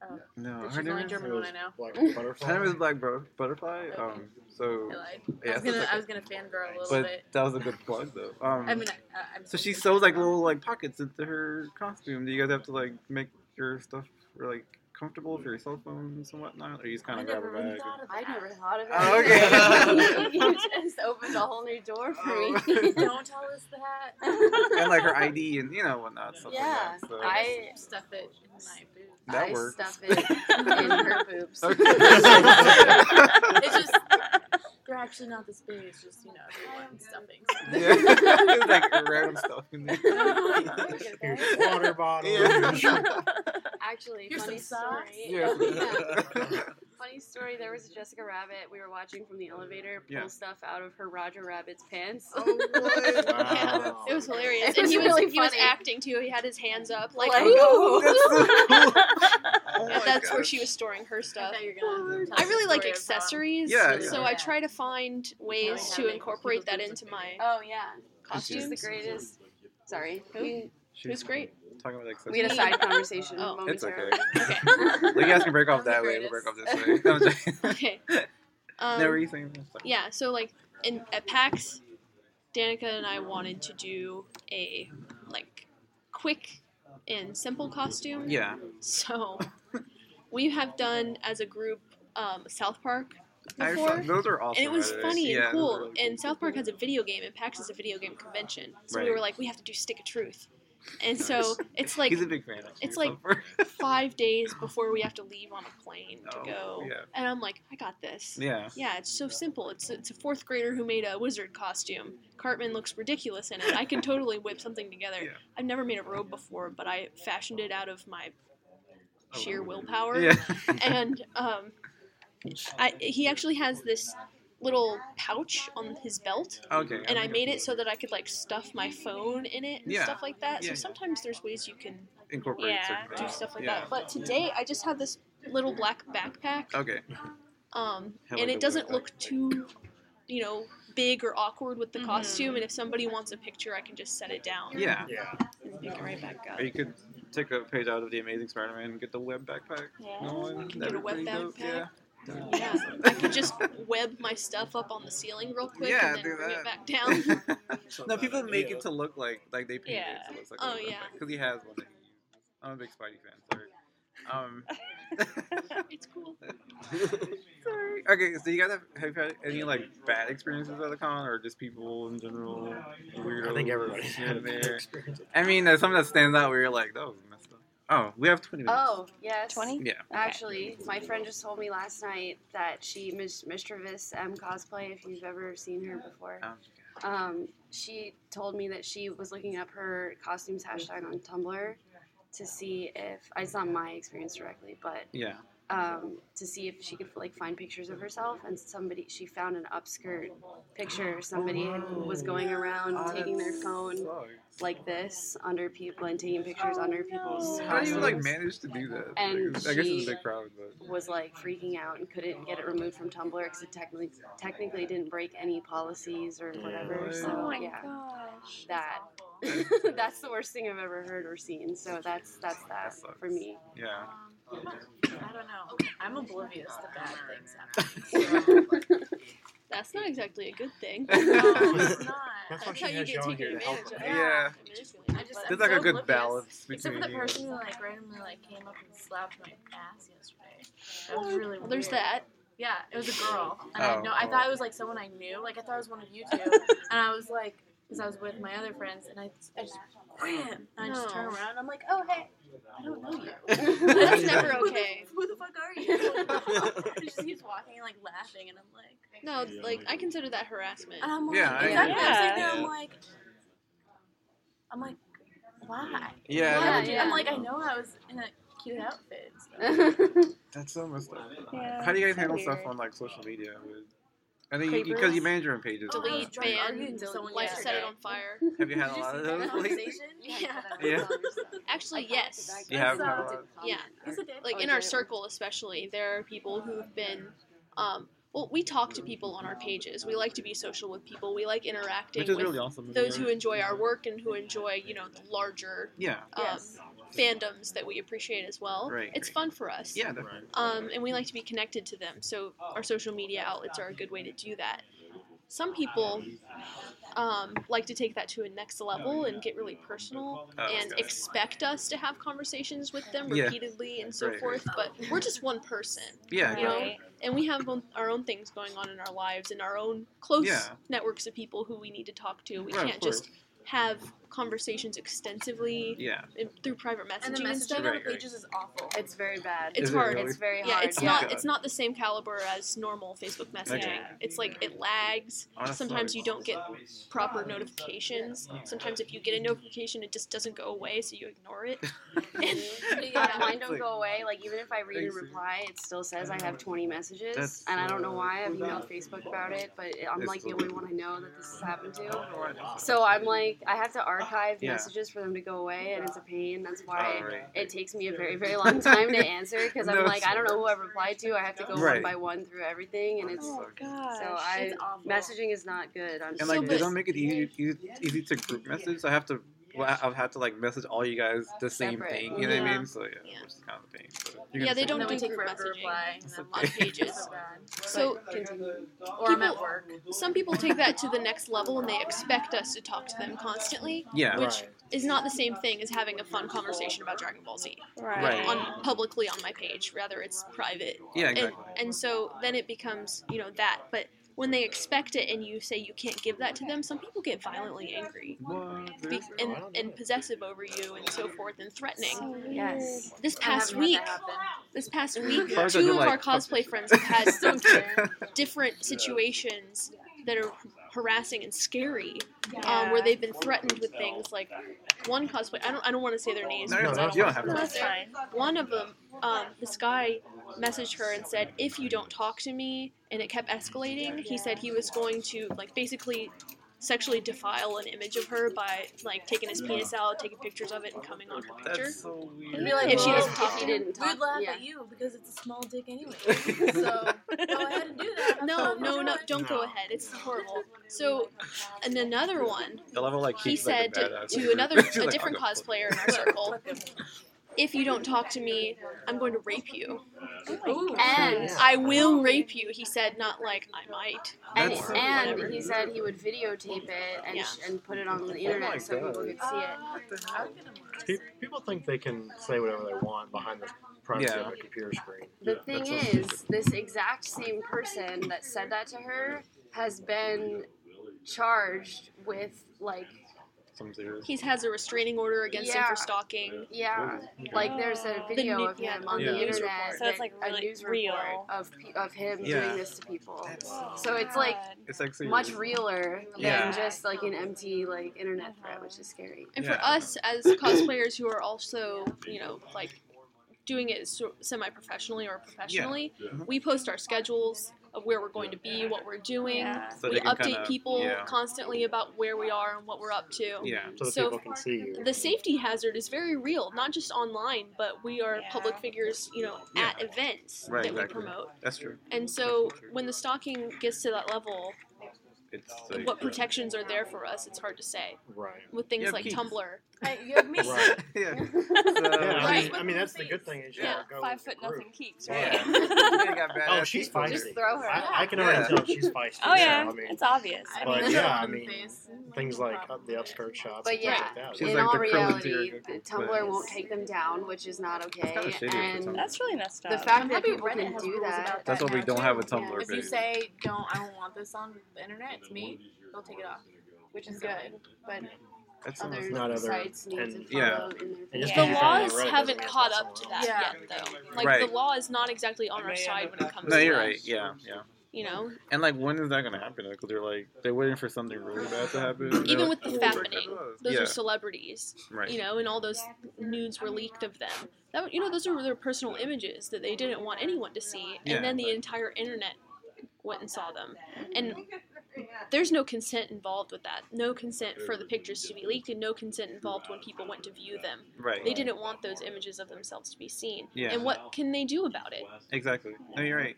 Oh, no she's her the only name is German one I know. Like her name butterfly. is Black Bro- Butterfly. Um, so I lied. I yeah, was so it's gonna, like- I was gonna fangirl a little but bit. that was a good plug though. Um, I mean, I, I'm so she sews like little like pockets into her costume. Do you guys have to like make your stuff like comfortable for your cell phones and whatnot, or you just kind I of grab never a really bag? thought of I that. never thought of Oh, that. okay. you just opened a whole new door Oh. for me. Don't tell us that. And, and like her ID and you know whatnot stuff Yeah, like that. So I stuff it in my boobs. that I works. stuff it in her boobs. It's just they're actually not this big. It's just you know everyone stuffing. Yeah, It's like random stuff in there. Your water bottle. Yeah. Actually, Here's funny some socks. story. Yeah. Funny story, there was a Jessica Rabbit we were watching from the elevator pull Yeah. Oh, stuff out of her Roger Rabbit's pants. Wow. It was hilarious. It and was he was really he was funny. acting too. He had his hands up like, Like, oh ooh. That's so cool. Oh my And that's where gosh. she was storing her stuff. I Oh, thought you were gonna tell I us really the like story of how- accessories, Yeah, so, yeah. I try to find ways Yeah. to incorporate that into my oh yeah, she's the costumes. greatest. Sorry, we, She's Who's great? Talking about we had a accessories. side conversation Oh. It's okay. momentarily. You guys can break off I'm the that way. We'll break off this way. greatest. No, I'm joking. Okay. Um, no, were you saying? Sorry. yeah, so like in at PAX, Danica and I wanted to do a like quick and simple costume. Yeah. So we have done as a group um, South Park I before. saw- those are awesome. and it was by the way. funny yeah, and those cool. are really And South Park has a video game, and PAX is a video game convention. So we Right. were like, we have to do Stick of Truth. And so it's like He's a big fan. Actually, it's like- Sulfur. five days before we have to leave on a plane to Oh, go. yeah. And I'm like, I got this. yeah. Yeah, it's so simple. It's it's a fourth grader who made a wizard costume. Cartman looks ridiculous in it. I can totally whip something together. Yeah. I've never made a robe before, but I fashioned it out of my Oh, sheer willpower. Yeah. And um, I, he actually has this little pouch on his belt, Okay. and I think made it so that I could like stuff my phone in it and Yeah. stuff like that. Yeah, So yeah. sometimes there's ways you can incorporate Yeah, certain do things. stuff like Yeah. that. But today I just have this little black backpack, Okay. um, Have, like, and a it doesn't backpack. look too, you know, big or awkward with the Mhm. costume. And if somebody wants a picture, I can just set it down Yeah. Yeah. and pick it right back up. Or you could take a page out of the Amazing Spider-Man and get the web backpack. Yeah. going. Get That'd a be web pretty dope. backpack. Yeah. Yeah, I could just web my stuff up on the ceiling real quick Yeah, and then do bring that. it back down. no, people make it to look like like they painted Yeah. it. So it's like Oh, yeah. Because he has one that he uses. I'm a big Spidey fan. Sorry. Um, it's cool. sorry. Um, Okay, so you guys have, have you had any like bad experiences at the con, or just people in general? Weirdos I think everybody's here had a and bad there. experience. I mean, there's something that stands out where you're like, that was messed up. Oh, we have 20 minutes. Oh, yes. 20? Yeah. Actually, my friend just told me last night that she mis- mischievous M cosplay. If you've ever seen her before, Um, um, she told me that she was looking up her costumes hashtag on Tumblr to see if it's not my experience directly, but yeah. um, to see if she could like find pictures of herself. And somebody she found an upskirt picture. Somebody had, was going around Oh, taking their phone like this under people and taking pictures under people's. How do you like costumes. manage to do that? And Like, I guess it's she- a big crowd, but was like freaking out and couldn't get it removed from Tumblr because it technically technically didn't break any policies or whatever. Yeah. So Oh my yeah, gosh. that that's the worst thing I've ever heard or seen. So that's that's that sucks. for me. yeah. Um, I don't know. I'm oblivious to bad things happening. That's not exactly a good thing. Um, No, it's not. That's why That's she how you has get y'all taken here to help advantage of. Yeah. I Yeah. mean, it's really- I just- There's like I'm so a good oblivious. balance Except between for the you. person who like randomly like came up and slapped my ass yesterday. That was really Well, There's weird. that. Yeah, it was a girl, and I Oh, had no. I oh. thought it was like someone I knew. Like I thought it was one of you two, and I was like, because I was with my other friends, and I, I just wham, and I just turn No. around, and I'm like, oh hey, I don't know you. That's never okay. Who the fuck are you? she just keeps walking and like laughing, and I'm like, No, like I consider that harassment. and I'm like, Yeah, I- exactly. I was sitting there, Yeah. I'm like, I'm like, why? Yeah, Yeah, Why that- would you- yeah. I'm like, I know I was in a cute outfit. and stuff. that's so messed up. Yeah, How do you guys so handle stuff weird. on like social media? With, I think because you Creepers. manage your own pages. Oh, and I was Delete, stuff. drunk arguing ban, with someone like set it yesterday. on fire. Have you had Did a you lot of see that those? lately? conversation? Yeah. Yeah. Actually, Uh, yes. You have had a So- lot. Yeah. Yes, I did. Like in our circle, especially, there are people who've been. Um, well, we talk to people on our pages. We like to be social with people. We like interacting Which is with really awesome. those who enjoy our work and who enjoy, you know, the larger Yeah. um, Yes. fandoms that we appreciate as well. Right, It's right. fun for us. Yeah. Definitely. um, and we like to be connected to them. So our social media outlets are a good way to do that. Some people um, like to take that to a next level and get really personal Oh, and okay. expect us to have conversations with them Yeah. repeatedly and so Right. forth. But we're just one person, Yeah. you know, exactly. and we have own- our own things going on in our lives and our own close Yeah. networks of people who we need to talk to. We Right, of can't just have conversations extensively Yeah. in- through private messaging and the and, stuff. messaging on Right, the right. pages is awful. it's very bad. It's Is it hard. really? It's very Yeah, hard. it's Oh my not God. it's not the same caliber as normal Facebook messaging. Okay. It's like it lags. Honestly, Sometimes you don't get proper notifications. Sometimes if you get a notification, it just doesn't go away, so you ignore it. yeah, yeah. mine don't go away. Like even if I read and Thanks, dude. reply, it still says I have 20 messages, That's, and I don't know why. I've emailed Facebook about it, but I'm It's like the cool. only one I know that this has happened to. So I'm like, I have to archive Yeah. messages for them to go away, and it's a pain. That's why All right. it takes me a very, very long time to answer because No, I'm like, it's- I don't know who I replied to. I have to go Right. one by one through everything, and it's Oh gosh. so I It's awful. messaging is not good. I'm And So, like they but- don't make it easy easy, easy to group message. So I have to. Well, I- I'll have to like message all you guys the same Separate. thing. You know what I Yeah. mean? So yeah, Yeah. which is kind of a pain. but you're Yeah, gonna they figure don't it And out. then we do take group forever to messaging reply, and I'm on like, pages. so bad. So or I'm at people- work. some people take that to the next level and they expect us to talk to them constantly, Yeah. which is not the same thing as having a fun conversation about Dragon Ball Z Right. Right. on publicly on my page. Rather, it's private Yeah. Exactly. and, and so then it becomes you know that but when they expect it and you say you can't give that to them some people get violently angry What? be- and, and possessive over you and so forth and threatening yes. this I haven't past had week that happen. this past week Parker, two you're of like, our "Fuck cosplay it." friends have had some different situations that are harassing and scary um, where they've been threatened with things like one cosplay i don't, I don't want to say their names No, because I you don't have want to. No, them that's out there. fine. One of them, um, this guy messaged her and said, if you don't talk to me, and it kept escalating, he said he was going to, like, basically sexually defile an image of her by, like, taking his penis out, taking pictures of it, and coming on her picture. That's so I'd weird. be like, If she well, doesn't talk if to she him. didn't talk, We'd laugh yeah. at you because it's a small dick anyway. so go ahead and do that. Have No, fun, no, no, enjoy. don't go No. ahead. It's horrible. So, and another one, The level like he he's like said a to, badass. to another, She's a like, different "I'll go for it." cosplayer in our circle, Fuck them. if you don't talk to me, I'm going to rape you. Ooh. And I will rape you, he said, not like I might. and, That's- and he said he would videotape it and Yeah. sh- and put it on the Oh my internet so people God. could see Uh, it. Pe- People think they can say whatever they want behind the privacy Yeah. of a computer screen. The Yeah, thing that's what- is, this exact same person that said that to her has been charged with like some dude. He has a restraining order against him Yeah. for stalking. Yeah, like there's a The video new- of him yeah, on the the news internet, report. So that- it's, like, really a news real. report of pe- of him Yeah. doing this to people. That's- So it's like It's like serious. much realer Yeah. than just like an empty like internet thread, which is scary. And for Yeah. us as cosplayers who are also, you know, like doing it so, semi-professionally or professionally, Yeah. Mm-hmm. we post our schedules of where we're going to be, what we're doing. Yeah. So we they can update kinda- people Yeah. constantly about where we are and what we're up to. Yeah. so that So people can see you. The safety hazard is very real, not just online, but we are Yeah. public figures, you know, Yeah. at events Right, that exactly. we promote. That's true. And so when the stalking gets to that level, It's like what protections are there for us? It's hard to say. Right. With things Yeah, like peace. Tumblr. I, you have me. Right. yeah. Yeah, I, mean, Right. I mean, that's the good thing. Is you Yeah, gotta go Five with foot the group. nothing keeps, right? Yeah. They got badass Oh, she's people. feisty. Just throw her. I, I can Yeah. already tell she's feisty. Oh yeah, So, I mean, it's obvious. I But mean, yeah, I on the mean, face. things like up the upskirt shots. But and yeah, things like that. She's in like all the reality, proletariat the of Tumblr class. won't take them down, which is not okay. kinda shitty for and Tumblr. That's really messed up. the fact I'm that happy people Reddit can has do rules that, about That's why we now, don't too. have a Tumblr If you page. say don't, I don't want this on the internet. It's me. They'll take it off, which is good. But That's other, almost Not other- sites need to follow and- yeah. in their And Yeah. just because The you found it laws on Reddit doesn't haven't mean it's caught not up to somewhere that else. Yeah. yet, though. Like Right. the law is not exactly on our side when it comes. No, to you're that. right. Yeah, yeah. You know, And like, when is that gonna happen? Because they're like, they're waiting for something really bad to happen. They're even like, with the "Ooh, fappening, those yeah, are celebrities. right. You know, and all those nudes were leaked of them. That you know, those are their personal images that they didn't want anyone to see, Yeah. and then the entire internet went and saw them. And there's no consent involved with that. No consent for the pictures to be leaked, and no consent involved when people went to view them. right. They didn't want those images of themselves to be seen. Yeah. And what can they do about it? Exactly. No, you're right.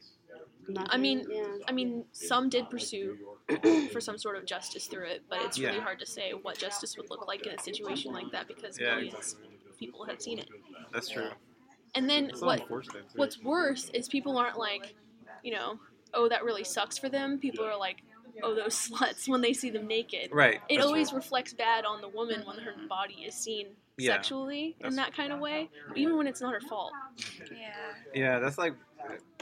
Nothing, I mean, yeah. I mean, some did pursue for some sort of justice through it, but it's really Yeah. hard to say what justice would look like in a situation like that because Yeah, millions of people have seen it. That's true. And then It's what? unfortunate. too. What's worse is people aren't like, you know, oh that really sucks for them. People are like, oh those sluts when they see them naked. right? It that's always true. reflects bad on the woman when her body is seen Yeah, sexually in that's- that kind of way, even when it's not her fault. yeah. yeah. That's like,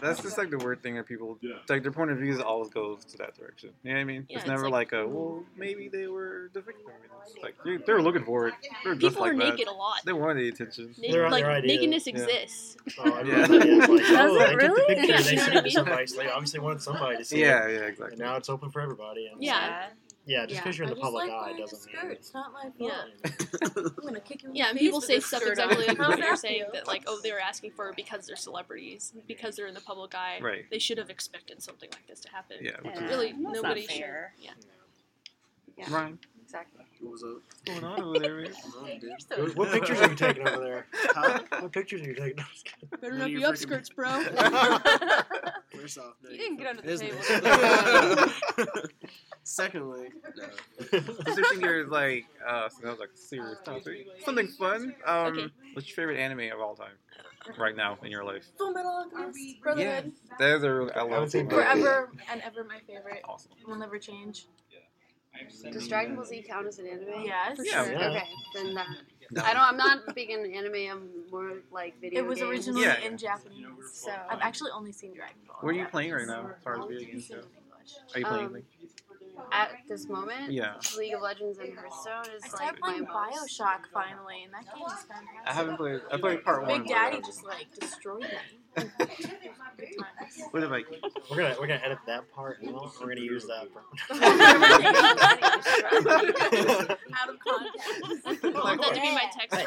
that's just like the weird thing that people it's like. Their point of views always goes to that direction. You know what I mean? Yeah, it's it's never like, like- a well, maybe they were the victim. It's like they- they're looking for it. They're just People like are that. naked a lot. They wanted the attention. Na- They're on like their idea. nakedness Yeah. exists. So oh, I mean, Yeah. that is like, Does oh, it they really? took the picture Yeah, and they sent it to you know what I mean? somebody. So they obviously wanted somebody to see Yeah, it. yeah, And exactly. now it's open for everybody. And Yeah. yeah, just Yeah, because you're in I the just public like eye wearing a doesn't skirt. mean. It's not my fault. Yeah. I'm gonna kick you. In Yeah, the and face people with say this stuff shirt exactly on. like what How's you're that saying feel? that like, oh, they're asking for it because they're celebrities, because they're in the public eye. Right. They should have expected something like this to happen. Yeah. Which Yeah. is Really, That's not nobody fair. should. Yeah. Yeah. Ryan, exactly. What was up? what's going on over there? Man? You're so What, what pictures are you taking over there? Huh? What pictures are you taking? Better not not be be You're freaking- upskirts, upskirts, bro. First off, no, You didn't get under the fucking table. business. Secondly, no. So switching gears, like, uh, so that was like a serious topic. Something fun. Um, Okay. what's your favorite anime of all time, right now in your life? Full Metal Alchemist Brotherhood. that is a really. I love seen it. Forever and ever my favorite. Awesome. Will never change. Does Dragon Ball Z count as an anime? Yes. For Yeah. sure. Yeah. Okay, then that. No. I don't. I'm not big in anime. I'm more like video. It was games. originally Yeah. in Japanese, so I've actually only seen Dragon Ball. What are you in playing right now? Japanese. As far as video I've games seen go, it in English. are you playing? Um, anything? At this moment, Yeah. League of Legends and Hearthstone I is started like my playing most. Bioshock finally, and that game is fantastic. I haven't played. I played part one. Big Daddy just like destroyed me. Good times. What about We're gonna we're gonna edit that part. You know? We're gonna use that. For... Out of context. I want that to be my text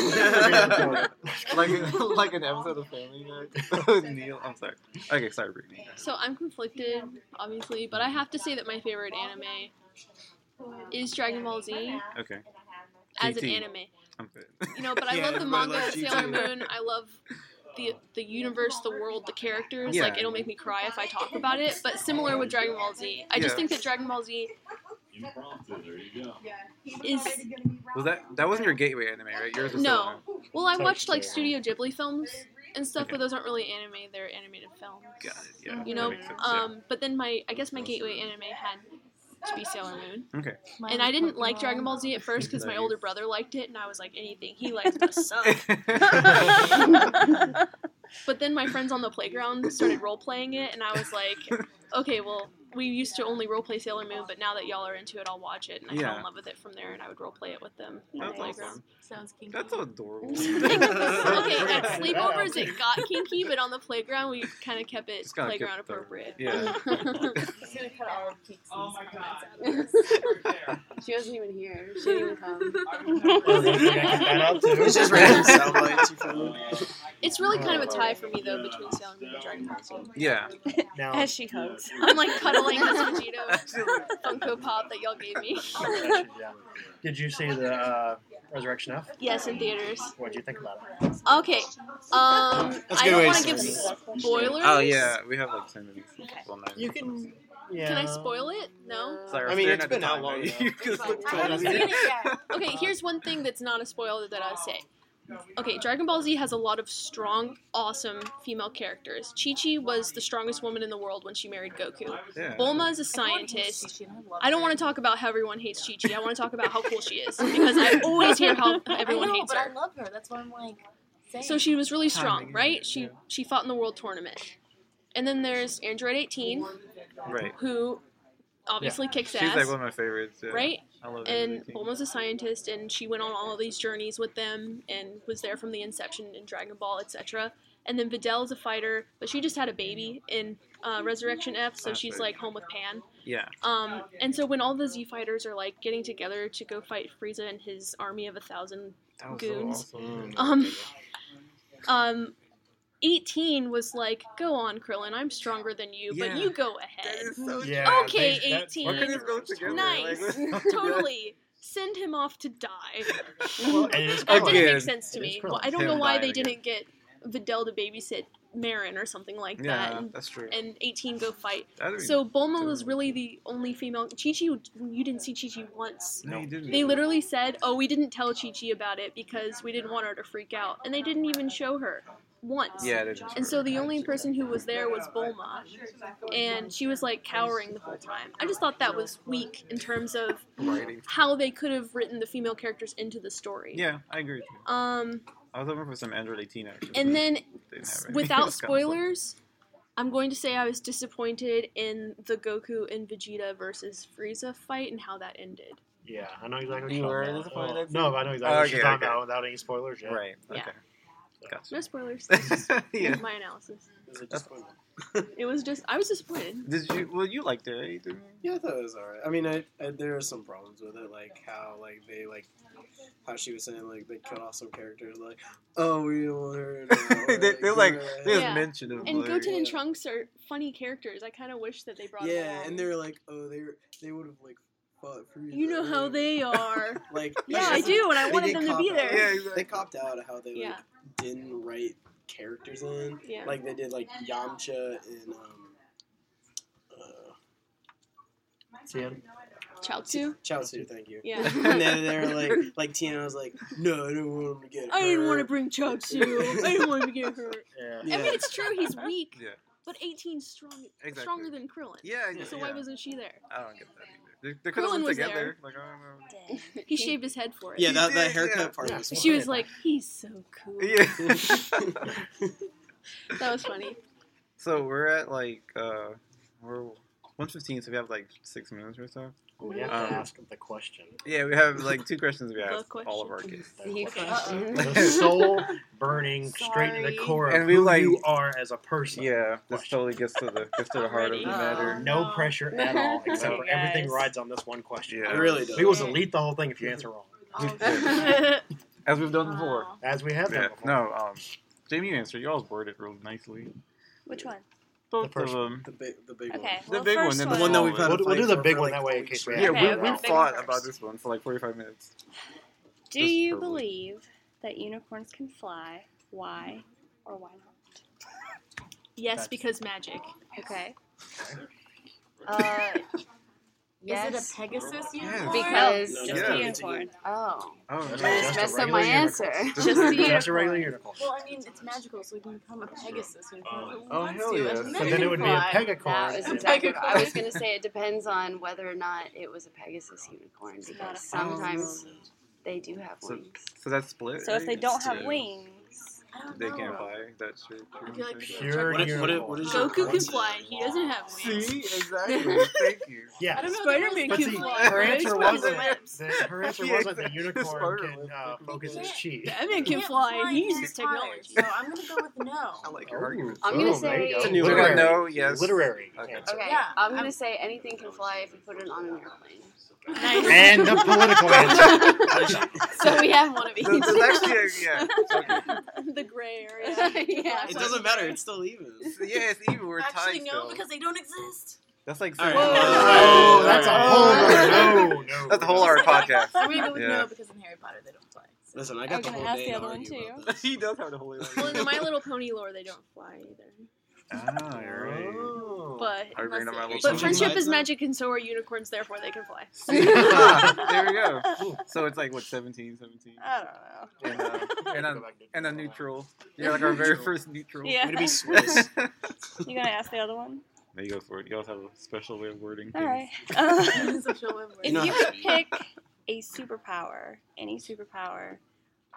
ringtone. you? like like an episode of Family Guy. Neil, I'm sorry. Okay, sorry, Brittany. So I'm conflicted, obviously, but I have to say that my favorite anime is Dragon Ball Z Okay, as an GT. anime. I'm good. You know, but I Yeah, love the everybody manga loves Sailor GT. Moon. I love the the universe, the world, the characters. Yeah. Like it'll make me cry if I talk about it. But similar with Dragon Ball Z, I Yeah. just think that Dragon Ball Z is Was that that wasn't your gateway anime, right? Yours was No. Sailor Moon. well. I Sorry, watched like Studio. Studio Ghibli films and stuff, Okay. but those aren't really anime. They're animated films. Got it. Yeah. You that know, makes sense, yeah. Um, but then my I guess my gateway anime had to be Sailor Moon, Okay. and I didn't like Dragon Ball Z at first because my Nice. older brother liked it, and I was like anything he likes must suck. um, But then my friends on the playground started role playing it, and I was like, okay, well, we used to only roleplay Sailor Moon, but now that y'all are into it, I'll watch it, and I fell Yeah. in love with it from there, and I would roleplay it with them. That's Playground. awesome. Sounds kinky. That's adorable. okay, at okay, sleepovers it got kinky, but on the playground we kind of kept it Just kinda kept playground the- appropriate. yeah. He's gonna cut all of Keeks' Oh comments out. she wasn't even here. She didn't even come. It's just random sound bites you found. it's really kind of a tie for me though between Sailor Moon and Dragon Ball Z. Oh Yeah. Now, As she hugs. I'm like cuddling this Vegito Funko Pop that y'all gave me. yeah. Did you see the uh, Resurrection F? yes, in theaters. What did you think about it? Okay, um, That's a I good way don't to want to give say it. spoilers. Oh yeah, we have like ten minutes. Well, nine You minutes. can. Yeah. Can I spoil it? No. Sorry, I was mean, staring it's at the been out time. long You enough. just looked I haven't at seen me. it yet. Okay, here's one thing that's not a spoiler that I'll say. Okay, Dragon Ball Z has a lot of strong, awesome female characters. Chi Chi was the strongest woman in the world when she married Goku. Yeah. Bulma is a scientist. I don't want to talk about how everyone hates Chi Chi. I want to talk about how cool she is because I always hear how everyone I know, hates but her. I love her. That's why I'm like. Saying. So she was really strong, Timing, right? She she fought in the world tournament. And then there's Android 18, Right. who obviously kicks She's like ass, one of my favorites. Yeah. right? I love and everything. Bulma's a scientist, and she went on all of these journeys with them, and was there from the inception in Dragon Ball, etc. And then Videl is a fighter, but she just had a baby in uh, Resurrection F, so That's she's right. like home with Pan. Yeah. Um, and so when all the Z fighters are like getting together to go fight Frieza and his army of a thousand, That was Goons. so awesome. um, um, eighteen was like, "Go on, Krillin, I'm stronger than you, Yeah. but you go ahead." That is so Yeah, Okay, they- that- 18. Why couldn't it go together? Nice. Like, totally. Send him off to die. Well, it is That Krillin. Again. didn't make sense to It is me. Krillin. Well, I don't Him know why dying they again. didn't get Videl to babysit Marin or something like that, yeah, and, that's true. and 18 go fight. That'd be- So Bulma was totally. really the only female. Chi Chi, you didn't see Chi Chi once. no, you didn't. They literally said, "Oh, we didn't tell Chi Chi about it because we didn't want her to freak out," and they didn't even show her once. Yeah, they just And so the only person who was there was Bulma, and she was like cowering the whole time. I just thought that was weak in terms of writing. how they could have written the female characters into the story. Yeah, I agree with you. Um, I was hoping for some Android 18 action. and then but didn't have any. without It's kinda slow. spoilers, I'm going to say I was disappointed in the Goku and Vegeta versus Frieza fight and how that ended. Yeah, I know exactly. what You you're were talking disappointed about. that's- No, I know exactly what you're Okay, talking okay. about without any spoilers. Yeah. Right. Yeah. No spoilers. That's just Okay. yeah. my analysis. Is it disappointing? It was just I was disappointed. Did you? Well, you liked it, right? Didn't you? Yeah, I thought it was alright. I mean, I, I there are some problems with it, like how like they like how she was saying like they cut off some characters, like oh we don't want her. They- they're like- yeah, There's Yeah. mention of And like, Goten and Trunks are funny characters. I kind of wish that they brought. them yeah, along. and they're like oh they were- they would have like fought for You know how they are. like yeah, it's I just- do, and I they wanted get them to cop be out. there. Yeah, exactly. They copped out of how they like Yeah. didn't write characters in, Yeah. like they did like Yamcha and um. Uh, Tien? Chaozu. Chao Tzu, thank you. Yeah. and then they were like, like Tiana was like, no, I don't want him to get. I didn't want to hurt." bring Chaozu. I didn't want to get hurt. Yeah. I mean, it's true. He's weak. Yeah. But 18's strong, Exactly. stronger than Krillin. Yeah, yeah, So yeah. why wasn't she there? I don't get that either. They, they could have Krillin been was together. Like, I don't know. He shaved his head for it. Yeah, that, Yeah. that haircut part Yeah. was. she fun. was like, he's so cool. Yeah. That was funny. so we're at like uh, we're one fifteen, so we have like six minutes or so. We have Um, to ask the question. Yeah, we have like two questions we The asked all of our kids. The question. The soul burning straight to the core of And we, who like- you are as a person. Yeah, this totally gets to the gets to the heart of the Alrighty. matter. No pressure at all, except for Guys. everything rides on this one question. Yeah. It really does. We will delete the whole thing if you answer wrong, Um, oh, As we've done before. as we have done Yeah. before. No, um, Jamie, you answered. You always worded it really nicely. Which one? Both first of them. the big, the big Okay. The well, big one, first then one. the The one that we've had. We'll- to we'll do fight the for big for, one, like, that way four in weeks case we straight. Yeah, Okay, we, we okay. fought Big one about first. this one for like forty five minutes. Do Just you for women. believe that unicorns can fly? Why or why not? yes, because magic. Okay. Uh, Is it a Pegasus unicorn? because No, no, just a no. unicorn. Oh, Oh, Just no. I a just messed up my regular answer. Just a Just a unicorn. regular unicorn. Well, I mean, it's magical, so we can become a Pegasus unicorn. Who Oh, wants hell to? yeah. It's But But then it would be a fly. pegacorn. That was and- exactly. What I was gonna say it depends on whether or not it was a Pegasus unicorn not a because sometimes they do have So- wings. So that's split. So if right? they don't It's have two. wings, I don't They know. can't fly. That's true. I feel like Pure What if- what if- unicorn. what is your Goku can concept? fly. He doesn't have wings. See, exactly. Thank you. I don't yeah. know. Spider-Man there was- But can see, fly. her answer Spider-Man wasn't can the, her answer Yeah, wasn't the exactly. unicorn Spider can uh, web. focus his chi. Batman can Can't fly. He and uses is tired, technology. So I'm gonna go with no. I like your argument. I'm gonna Oh, there say you go. it's a new literary. one. No, yes. Literary Okay. answer. Okay, Yeah. I'm gonna say anything can fly if you put it on an airplane. Nice. And the political answer. so we have one of each. Th- There's actually a, yeah. it's okay. the gray area. yeah. It doesn't matter. It's still even. It's- Yeah, it's even. We're Actually, tied no, still. because they don't exist. That's like. All right. Whoa. Oh, that's a Alright. whole oh, nother- no, no. That's a whole other podcast. I'm gonna go with Yeah. no because in Harry Potter they don't fly. So. Listen, I I got was the gonna whole ask day the to other one, argue too. about this. he does have the whole. Well, in the My Little Pony lore, they don't fly either. Ah, you're right. But Are you bringing up my little? but Something friendship like is that? magic, and so are unicorns. Therefore, they can fly. there we go. So it's like what 17, 17? I don't and, uh, and, a, and a neutral. You're like our very first neutral. know. Yeah. Way to be Swiss. You gonna ask the other one? There you go for it. You always have a special way of wording. All right. So she'll live with Uh, if You it. know you how could to be. pick a superpower, any superpower,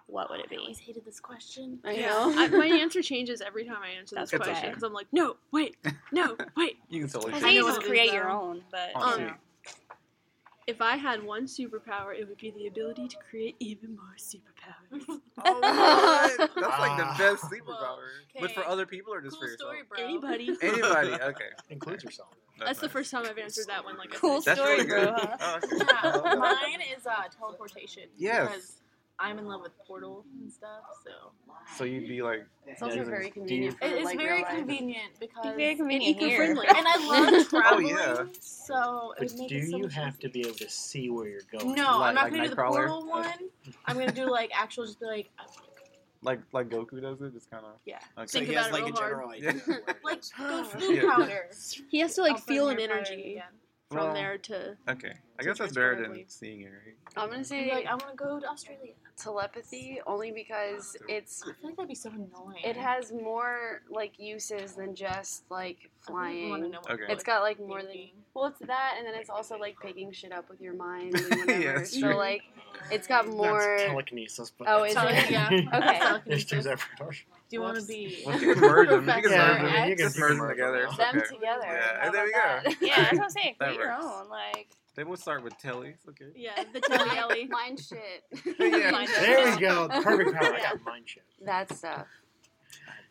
what would it I be? always hated this question. I I, know. my answer changes every time I answer this That's question okay. because I'm like, no, wait, no, wait. You can tell I it. I think you know just what it is, create your though. own, but Oh, um, If I had one superpower, it would be the ability to create even more superpowers. oh, what? That's like the Ah. best superpower. But okay. for other people or just Cool for yourself? story, bro. Anybody. Anybody. Okay. Includes yourself. That's the nice. first time I've answered that one. Like, Cool That's story, really good. bro. huh? Oh, okay. I Yeah, love that. mine is uh, teleportation. Yes. Because I'm in love with Portal and stuff, so So you'd be like. It's also very deep. convenient for it is like very real life. convenient because Be very convenient here. eco-friendly. and I love Oh, traveling. yeah. So it But would make do it so you much have easier. to be able to see where you're going? No, Like- I'm not like gonna do the Nightcrawler? portal one. I'm gonna do like actual, just be like, Like like Goku does it. It's kind of Yeah. Okay. So Think he about has like it a real hard. general idea. of where it like is. go Yeah. flu powder. he has to I'll like put feel in an your powder energy again. from Well, there to. Okay. I to guess that's better than transform, seeing it, right? I'm gonna And be say like I want to go to Australia. telepathy only because it's I feel like that'd be so annoying. it has more like uses than just like Want to flying. know what Okay. It's got like more than thinking. well, it's that, and then it's also like picking shit up with your mind and whatever. that's so true. like, it's got more. That's telekinesis. But Oh, it's is it? Yeah. Okay. There's two Do separate doors. you want to be? Well, you can merge them. You can Professor merge X. them. You can You can merge them merge together. them. them Okay. together. Yeah, How there we about go. Yeah, that's what I'm saying. That Create your works. own. Like, They will start with Telly. Okay. Yeah, the that? Telly Ellie. Mind shit. Yeah. Mind shit. There we go. Perfect power. I got mind shift. That stuff.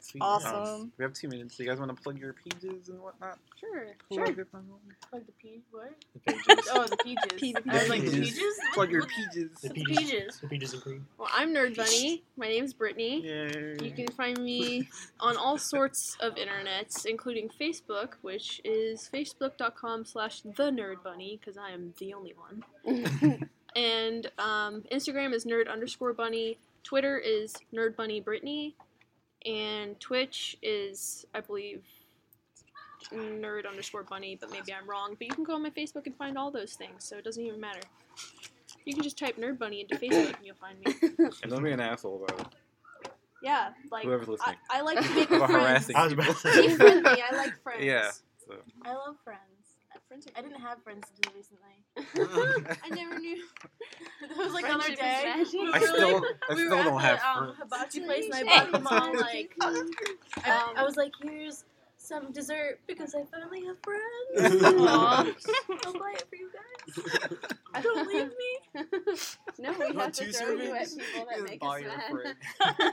Sweet. Awesome. Um, we have two minutes. Do you guys want to plug your pages and whatnot? Sure. Sure. Like the peas? What? The pages. Oh, the peaches. Pea- I was like the Peaches. peaches. Plug your pages. The It's pages. Peaches. The pages and cream. Well, I'm Nerd Bunny. My name's Brittany. You Yay. can find me on all sorts of internets, including Facebook, which is facebook.com slash the nerd bunny, because I am the only one. and um, Instagram is nerd underscore bunny. Twitter is nerd bunny Brittany. And Twitch is, I believe, nerd underscore bunny, but maybe I'm wrong. But you can go on my Facebook and find all those things, so it doesn't even matter. You can just type nerd bunny into Facebook and you'll find me. And don't be an asshole about it. Yeah, like Whoever's I, listening. I like to make About friends. harassing I was about to people. say. Be friendly. I like friends. Yeah. So. I love friends. I didn't have friends until recently. I never knew. That was like the other Friendship is day. magic. We I were, still, like- I we were still at don't the, have um, friends. hibachi place, and I Hey. bought them all like. I, Um, I was like, "Here's some dessert because I finally have friends. um, Aw. I'll buy it for you guys. Don't leave me." No, we have to two throw you at servings? people that make buy us your mad. friend.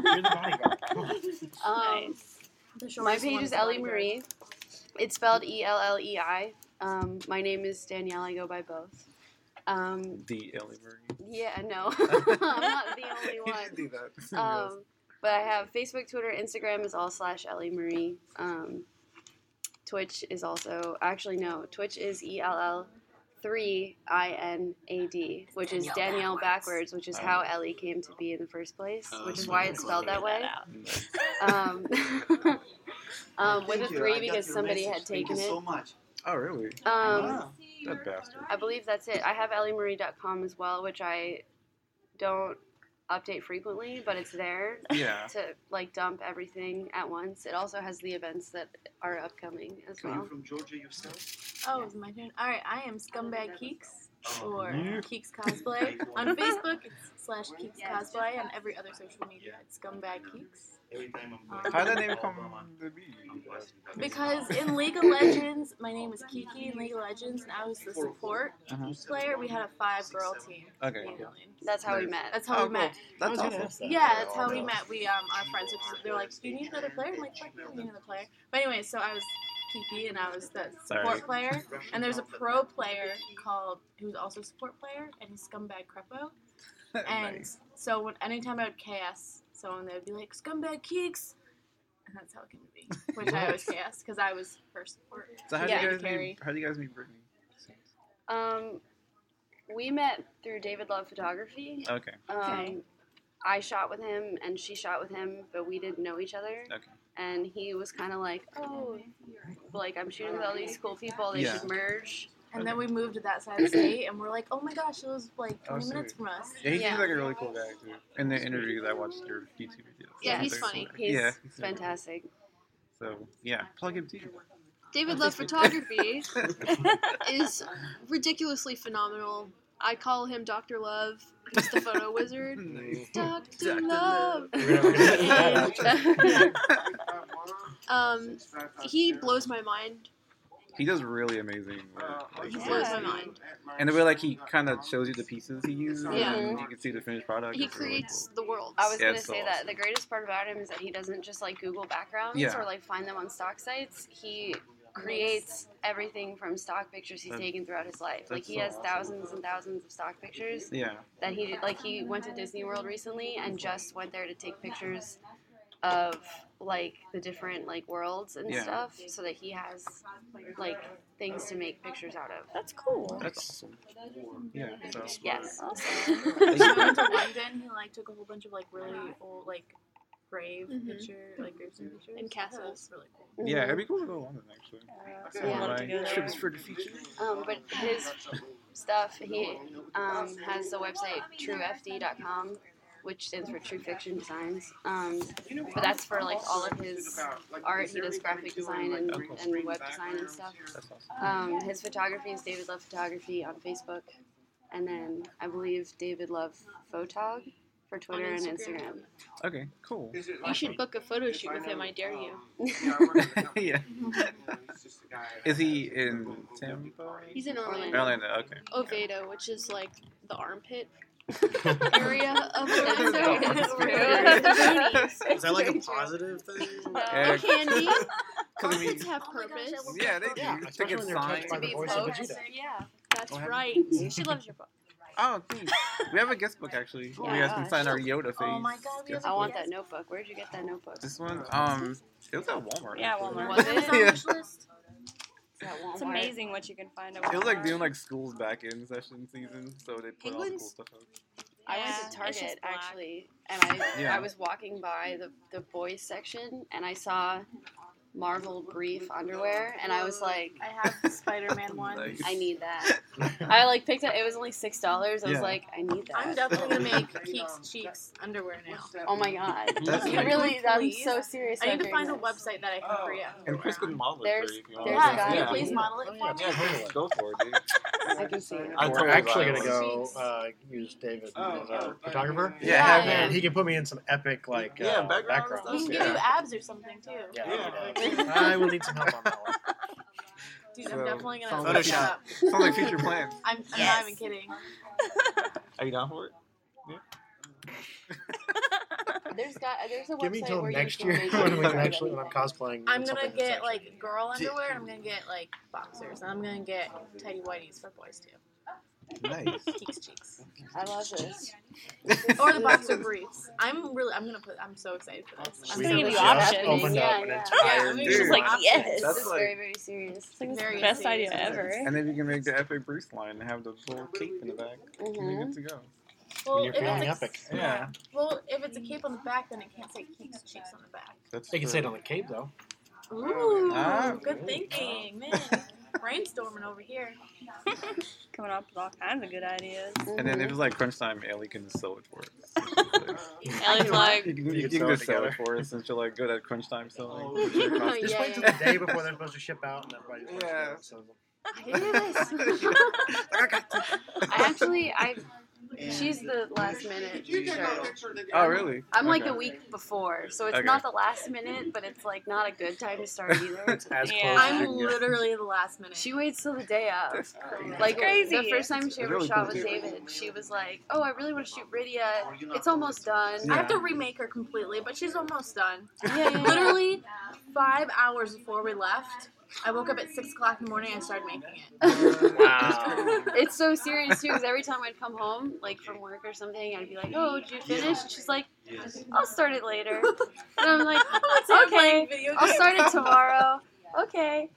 You're the bodyguard. Come on. Um, my page is Ellie Marie. It's spelled E L L E I. Um, my name is Danielle. I go by both. Um, The Ellie Murray. yeah, no, I'm not the only You should one. do that. Um, but I have Facebook, Twitter, Instagram is all slash Ellie Marie. Um, Twitch is also actually no, Twitch is E L L three I N A D, which is Danielle Danielle backwards. backwards, which is Oh. how Ellie came to be in the first place, Oh, which is so why you it's can spelled that figure way. Um, um, with a three because somebody had taken it. much. oh really? Um, That bastard. I believe that's it. I have elliemarie.com as well, which I don't update frequently, but it's there Yeah. to like dump everything at once. It also has the events that are upcoming as well. from Georgia yourself? Oh, it's my turn. All right, I am Scumbag Keeks. or Keeks Cosplay on Facebook it's slash Keeks Cosplay Um, and every other social media it's Scumbag Keeks. How did that name come to be? Because in League of Legends, my name is Kiki in League of Legends, and I was the support Uh-huh. player. We had a five girl team. Okay. handling. That's how we Nice. met. That's how Oh, we met. That's I was gonna awesome. ask that. Yeah, that's how we met. We um our friends were just- they were like, Do you need another player? I'm like, Fuck no, I need another player. But anyway, so I was Kiki and I was the support Sorry. player. And there's a pro player called who's also a support player and he's scumbag crepo. And Nice. so when anytime I would KS someone they would be like, Scumbag Keeks and that's how it came to be. Which I always KS because I was her support. So how do Yeah, you guys Carrie. meet? How do you guys meet Brittany? Um, we met through David Love Photography. Okay. Um, Okay. I shot with him and she shot with him, but we didn't know each other. Okay. And he was kind of like, oh, like I'm shooting with all these cool people. They Yeah. should merge. And then we moved to that side of the state and we're like, Oh my gosh, it was like Oh, twenty minutes sweet. from us. Yeah, he Yeah. seems like a really cool guy too. In the interviews, I watched your YouTube videos. Yeah, He's he's very funny. cool. He's yeah, fantastic. So yeah, plug him too. David Love Photography is ridiculously phenomenal. I call him Dr. Love. He's the photo wizard. Dr. Love. We're gonna- we're gonna edit that out. Um, he blows my mind. he does really amazing work. Like, He it's blows really my cool. mind. And the way like he kind of shows you the pieces he uses, Yeah. and you can see the finished product. He It's really creates the world. I was Yeah, gonna it's so say that awesome. the greatest part about him is that he doesn't just like Google backgrounds Yeah. or like find them on stock sites. He creates everything from stock pictures he's That's- taken throughout his life. Like that's he so has awesome. thousands and thousands of stock pictures cool. Yeah. that he like he went to Disney World recently and just went there to take pictures of like the different like worlds and Yeah. stuff so that he has like things to make pictures out of. That's cool. That's awesome. Yeah. So Yes. When we went to London, he like took a whole bunch of like really old like grave Mhm. picture like gravestone pictures And castles. That was really cool. yeah, it'd be cool to go to London actually. So Yeah. my Yeah. trip is for the future. Um, but his stuff, he um, has the website truefd.com, which stands for True Fiction Designs. Um, but that's for like all of his art. He does graphic design and, and web design and stuff. That's awesome. Um, his photography is David Love Photography on Facebook, and then I believe David Love Photog for Twitter and Instagram. Okay. Cool. You should book a photo shoot with him, I dare you. yeah. Is he in Tampa? He's in Orlando. Orlando. Okay. Oviedo, which is like the armpit area of Orlando. That's It's true. really the boonies. Is that like a positive thing? Yeah. It can be. 'Cause I mean, Armpits Oh have purpose. yeah, they do. Yeah, They especially get when they're touched by signed. the voice of Vegeta. Yeah. That's Go ahead. right. She loves your book. Oh, please. We have a guest book actually. Oh you my guys can gosh. sign our Yoda face. Oh my god, we have I want that notebook. Where'd you get that notebook? Is This one, um, it was at Walmart. Yeah, actually. Walmart. Was it? Amazon Yeah. wish list. that It's Walmart? amazing what you can find. at It was like Walmart. doing like school's back in session season, so they put all the cool Penguins? stuff out. I Yeah, went it's to just Target black. actually, and I Yeah. I was walking by the the boys section, and I saw Marvel brief underwear, and I was like, I have the Spider-Man one. Like, I need that. I like picked up. It was only six dollars. I was Yeah. like, I need that. I'm definitely gonna make Keeks Cheeks underwear now. Oh my god! That's You like- really, I'm Please. so serious. I need about to find a doing this. website that I can create. Oh. And Chris can model it There's- for you if you there's want. a guy- yeah, can you yeah, please yeah. model it for me? Oh, Yeah, totally. Go for it, dude. I can see it. I We're totally actually buy gonna one. go uh, use David as our photographer, Yeah, Yeah, have and him. he can put me in some epic like uh, Yeah, background background. stuff. We can give Yeah. you abs or something too. Yeah, I Yeah. need that. I will need some help on that one. Dude, So, I'm definitely gonna Photoshop. look that up. Sounds like future plans. I'm, I'm Yes. not even kidding. Are you down for it? There's got there's a website Give me till where next you can year make when we it. can actually when I'm cosplaying. I'm in gonna something get that's like girl underwear. and I'm gonna get like boxers. And I'm gonna get tidy whities for boys too. Nice. Cheeks, cheeks, I love this. or the boxer briefs. I'm really. I'm gonna put. I'm so excited for this. I'm We gonna have give so you excited. options. just opened Yeah, up an yeah. Yeah, entire I mean, Dude. she's She's like, options. yes. This That's is like- very very serious. It's like the Very best idea serious. ever. And then you can make the epic Bruce line and have the full cape in the back. And you're hmm good to go. Well, you're if it's feeling a, epic. Yeah. Well, if it's a cape on the back, then it can't say cheeks, cheeks on the back. That's You can say it true. on the cape though. Ooh, Ah, good thinking, man. Brainstorming over here. Coming up with all kinds of good ideas. And mm-hmm. then if it's like crunch time, Ellie can just sew it for us. Ellie's like, You can, you can can sew it just sew it together. Oh, for us since you're like good at crunch time sewing. Yeah, Just wait till yeah. the day before they're supposed to ship out and everybody's supposed to Yeah. get it, so- I can do this. I got Actually, I she's the last minute. Shirt. Oh, really? I'm like Okay. the week before, so it's Okay. not the last minute, but it's like not a good time to start either. It's Yeah. as close as you I'm can get. literally the last minute. She waits till the day of. Like Like crazy. the first time she It's ever really shot cool, with too. David, she was like, "Oh, I really want to shoot Rydia. It's almost done." I Yeah, have to remake her completely, but she's almost done. yeah, yeah. Literally five hours before we left, I woke up at six o'clock in the morning and started making it. Wow. It's so serious too, because every time I'd come home, like from work or something, I'd be like, "Oh, did you finish?" And she's like, "I'll start it later," and I'm like, "Okay, Oh, I'll start it tomorrow." Okay.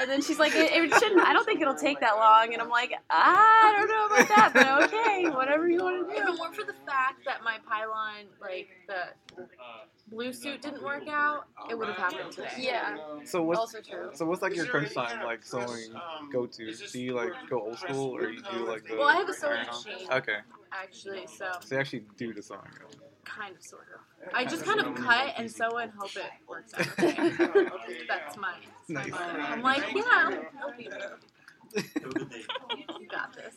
And then she's like, it, it shouldn't. I don't think it'll take that long. And I'm like, I don't know about that, but okay, whatever you want to do. Even more for the fact that my pylon, like the blue suit, didn't work out, it would have happened today. Yeah, So what's also true. so what's like your crunch time like sewing go to? Do you like go old school or you do like the? Well, I have a sewing iron on? machine Okay, actually, so so you actually do the sewing. kind of, sort of. I just kind of cut and sew and hope it works out. okay. That's my. that's my Nice. motto. I'm like, yeah, it'll, it'll be there. You got this.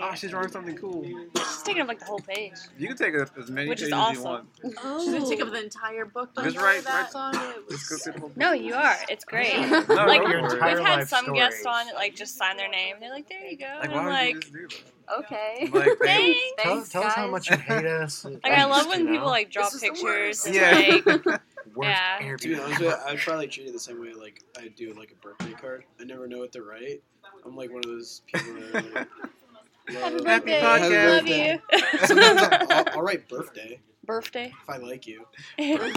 Ah, Oh, she's drawing something cool. She's taking up like the whole page. You can take as as many Which is pages as you awesome. want. She's gonna take up the entire book. by Just the way write- that's on it. Just go through the whole No, you are. It's great. No, like go your for it. entire we've had life some story. guests on that like just sign their name. They're like, there you go. Like, and why I'm would like, you just do that? Okay. Like, thanks. Tell, Thanks, tell us how guys. much you hate us. Like I love when You know? people like draw This is the pictures. worst. And, Yeah. Like, Worst Yeah. Airbnb. To be honest with you, uh, I probably treat it the same way like I do like a birthday card. I never know what to write. I'm like one of those people that are, like, Happy love- birthday. Happy Love birthday. Sometimes you. I'll, I'll, I'll write birthday birthday. if I like you. now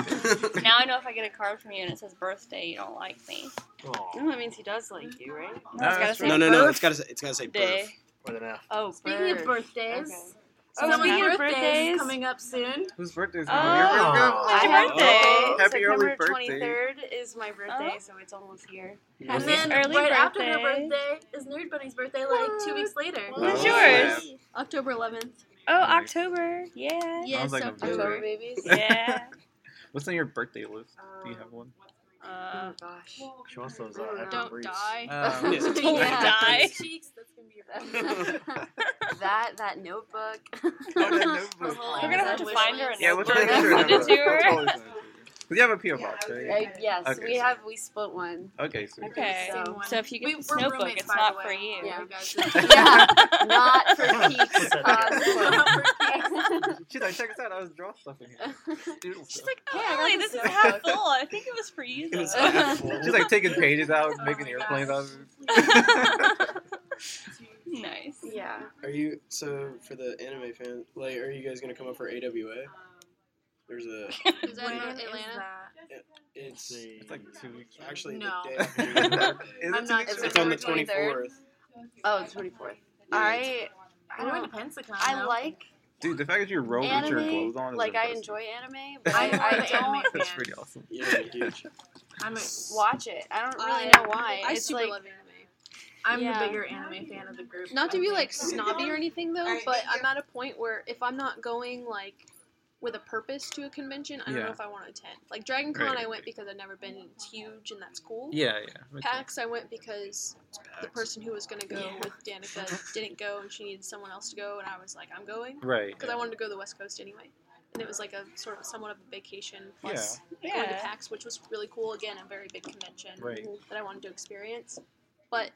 I know if I get a card from you and it says birthday, you don't like me. Aw, No, that means he does like you, right? No, I was gonna that's say right. No, no, no. It's gotta say, it's gotta say birthday. birth. with an F. Oh, Speaking of birth. birthdays, Okay. Oh, someone's speaking of birthday birthdays. is coming up soon. Whose birthday is it? Oh. Your I birthday? have birthday. Oh, happy early September birthday. 23rd is my birthday, so it's almost here. And Happy then Oh. early right after her birthday. birthday is Nerd Bunny's birthday, like two weeks later. When's When's yours? yours? October 11th. Oh, Nice. October. Yeah. Yes, like October. October. October babies. Yeah. What's on your birthday list? Do you have one? Um, Uh, Oh gosh. She wants those. Uh, F don't breeds. die. Um, Uh, Yes. Don't die. Cheeks, that's gonna be your that that notebook. Oh, that notebook. Little We're gonna have to wish find her a list. yeah, what's what's the notebook. picture Send it number? to her. What's all this? You have a PO box, right? Uh, yes, Okay. we have we split one. Okay, sweet. Okay. So- So if you get We- this we're notebook, roommates, it's by not the for way. you. Yeah. You guys just- Yeah. Not for um, peaks. Said She's like, check this out. I was drawing stuff in here. Doodle She's stuff. like, oh, Yeah, I got really? this This is half notebook. full. I think it was for you. It was though." half She's like taking pages out and Oh making my airplanes out gosh. of it. nice. yeah. Are you so for the anime fan? Like, are you guys gonna come up for AWA? There's a. Is that When in Um, is Atlanta? that? It's It's like two weeks. actually No. the day. after your birthday. Is I'm it two not- weeks it's from like It's on the October 23rd? 24th. Oh, the 24th. I I We're going to don't Pensacon. I though. like Dude, the fact that you roll with your anime. clothes on is Like I impressive. enjoy anime, but I'm I, an I don't anime fan. That's pretty awesome. Yeah, like, huge. I'm, a, watch it. I don't really I- know why. I it's super like love anime. I'm Yeah. the bigger anime fan of the group. Not to I be think. like snobby or anything though, but I'm at a point where if I'm not going like with a purpose to a convention, I don't Yeah. know if I want to attend. Like Dragon Right, Con, I right, went because I've never been. and It's huge and that's cool. Yeah, yeah. makes sense. PAX, I went because the person who was going to go Yeah. with Danica didn't go and she needed someone else to go, and I was like, I'm going. Right. Because I wanted to go to the West Coast anyway. And it was like a sort of somewhat of a vacation Yeah. plus going to Yeah. PAX, which was really cool. Again, a very big convention Right. that I wanted to experience. But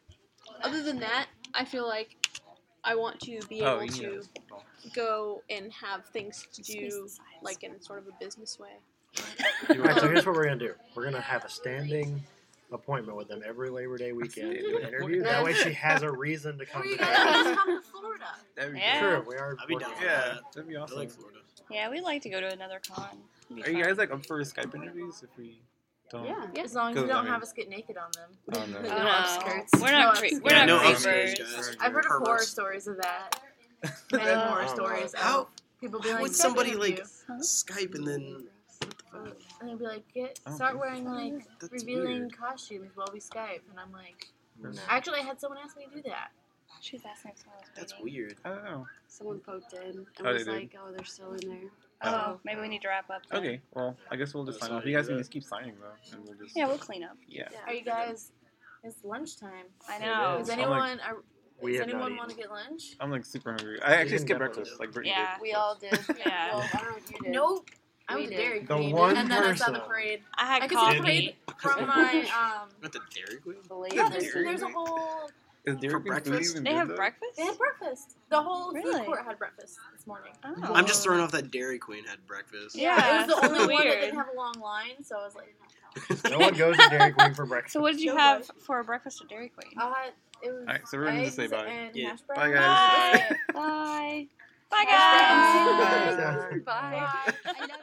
other than that, I feel like I want to be able Oh, you to know. go and have things to do, like in sort of a business way. All right, so here's what we're gonna do. We're gonna have a standing appointment with them every Labor Day weekend. Do an interview. That way, she has a reason to come. Or you to guys just come to Florida. That'd be Yeah. good. Sure, we are. I'll be working down. on it. Yeah, that'd be I awesome. like Florida. Yeah, we like to go to another con. It'd be Are you fun. guys like up for Skype interviews if we don't? yeah. As long as Good, you don't I mean- have us get naked on them. Oh, no. Oh, No upskirts. no. We're not, cre- we're Yeah, not no creepers. upskirts, guys. I've heard of horror Perverts. stories of that. Many Yeah. horror Oh. stories. How- of people be like, would "Get somebody, an like- interview," Skype and then And they'd be like, "Get I don't start think wearing like Oh, that's revealing weird. costumes while we Skype," and I'm like, No. "Actually, I had someone ask me to do that." She's asking if someone was That's waiting. weird. I don't know. Someone poked in and Oh, was they did? like, "Oh, they're still in there." Oh, maybe we need to wrap up. then. Okay, well, I guess we'll just sign off. You guys can just keep signing though, and we'll just Yeah, we'll clean up. yeah. Are you guys? It's lunchtime. I know. Is I'm anyone? are, We Does have not anyone eaten. want to get lunch? I'm like super hungry. I actually can skipped definitely breakfast, do. like Brittany Yeah. did. We all did. Yeah. Well, I don't know if you did. Nope. I We went to did. Dairy The Queen. one and then I saw the person. parade. I I had could see the Did parade coffee. from my um. Not the Dairy Queen. Believe Yeah, it. there's, Dairy there's a Queen? whole. Is there For even food breakfast? even They good, have though? breakfast. They had breakfast. The whole Really? food court had breakfast this morning. Oh. I'm just throwing off that Dairy Queen had breakfast. Yeah, it was the it's only one that weird. didn't have a long line, so I was like, No one goes to Dairy Queen for breakfast. So what did you No have for breakfast at Dairy Queen? I had "Oh, it was. Alright, so we're gonna just say eggs bye. And Yeah. hash Bye, browns. guys. Bye. Bye guys. uh, Bye. Bye. uh, Bye. I love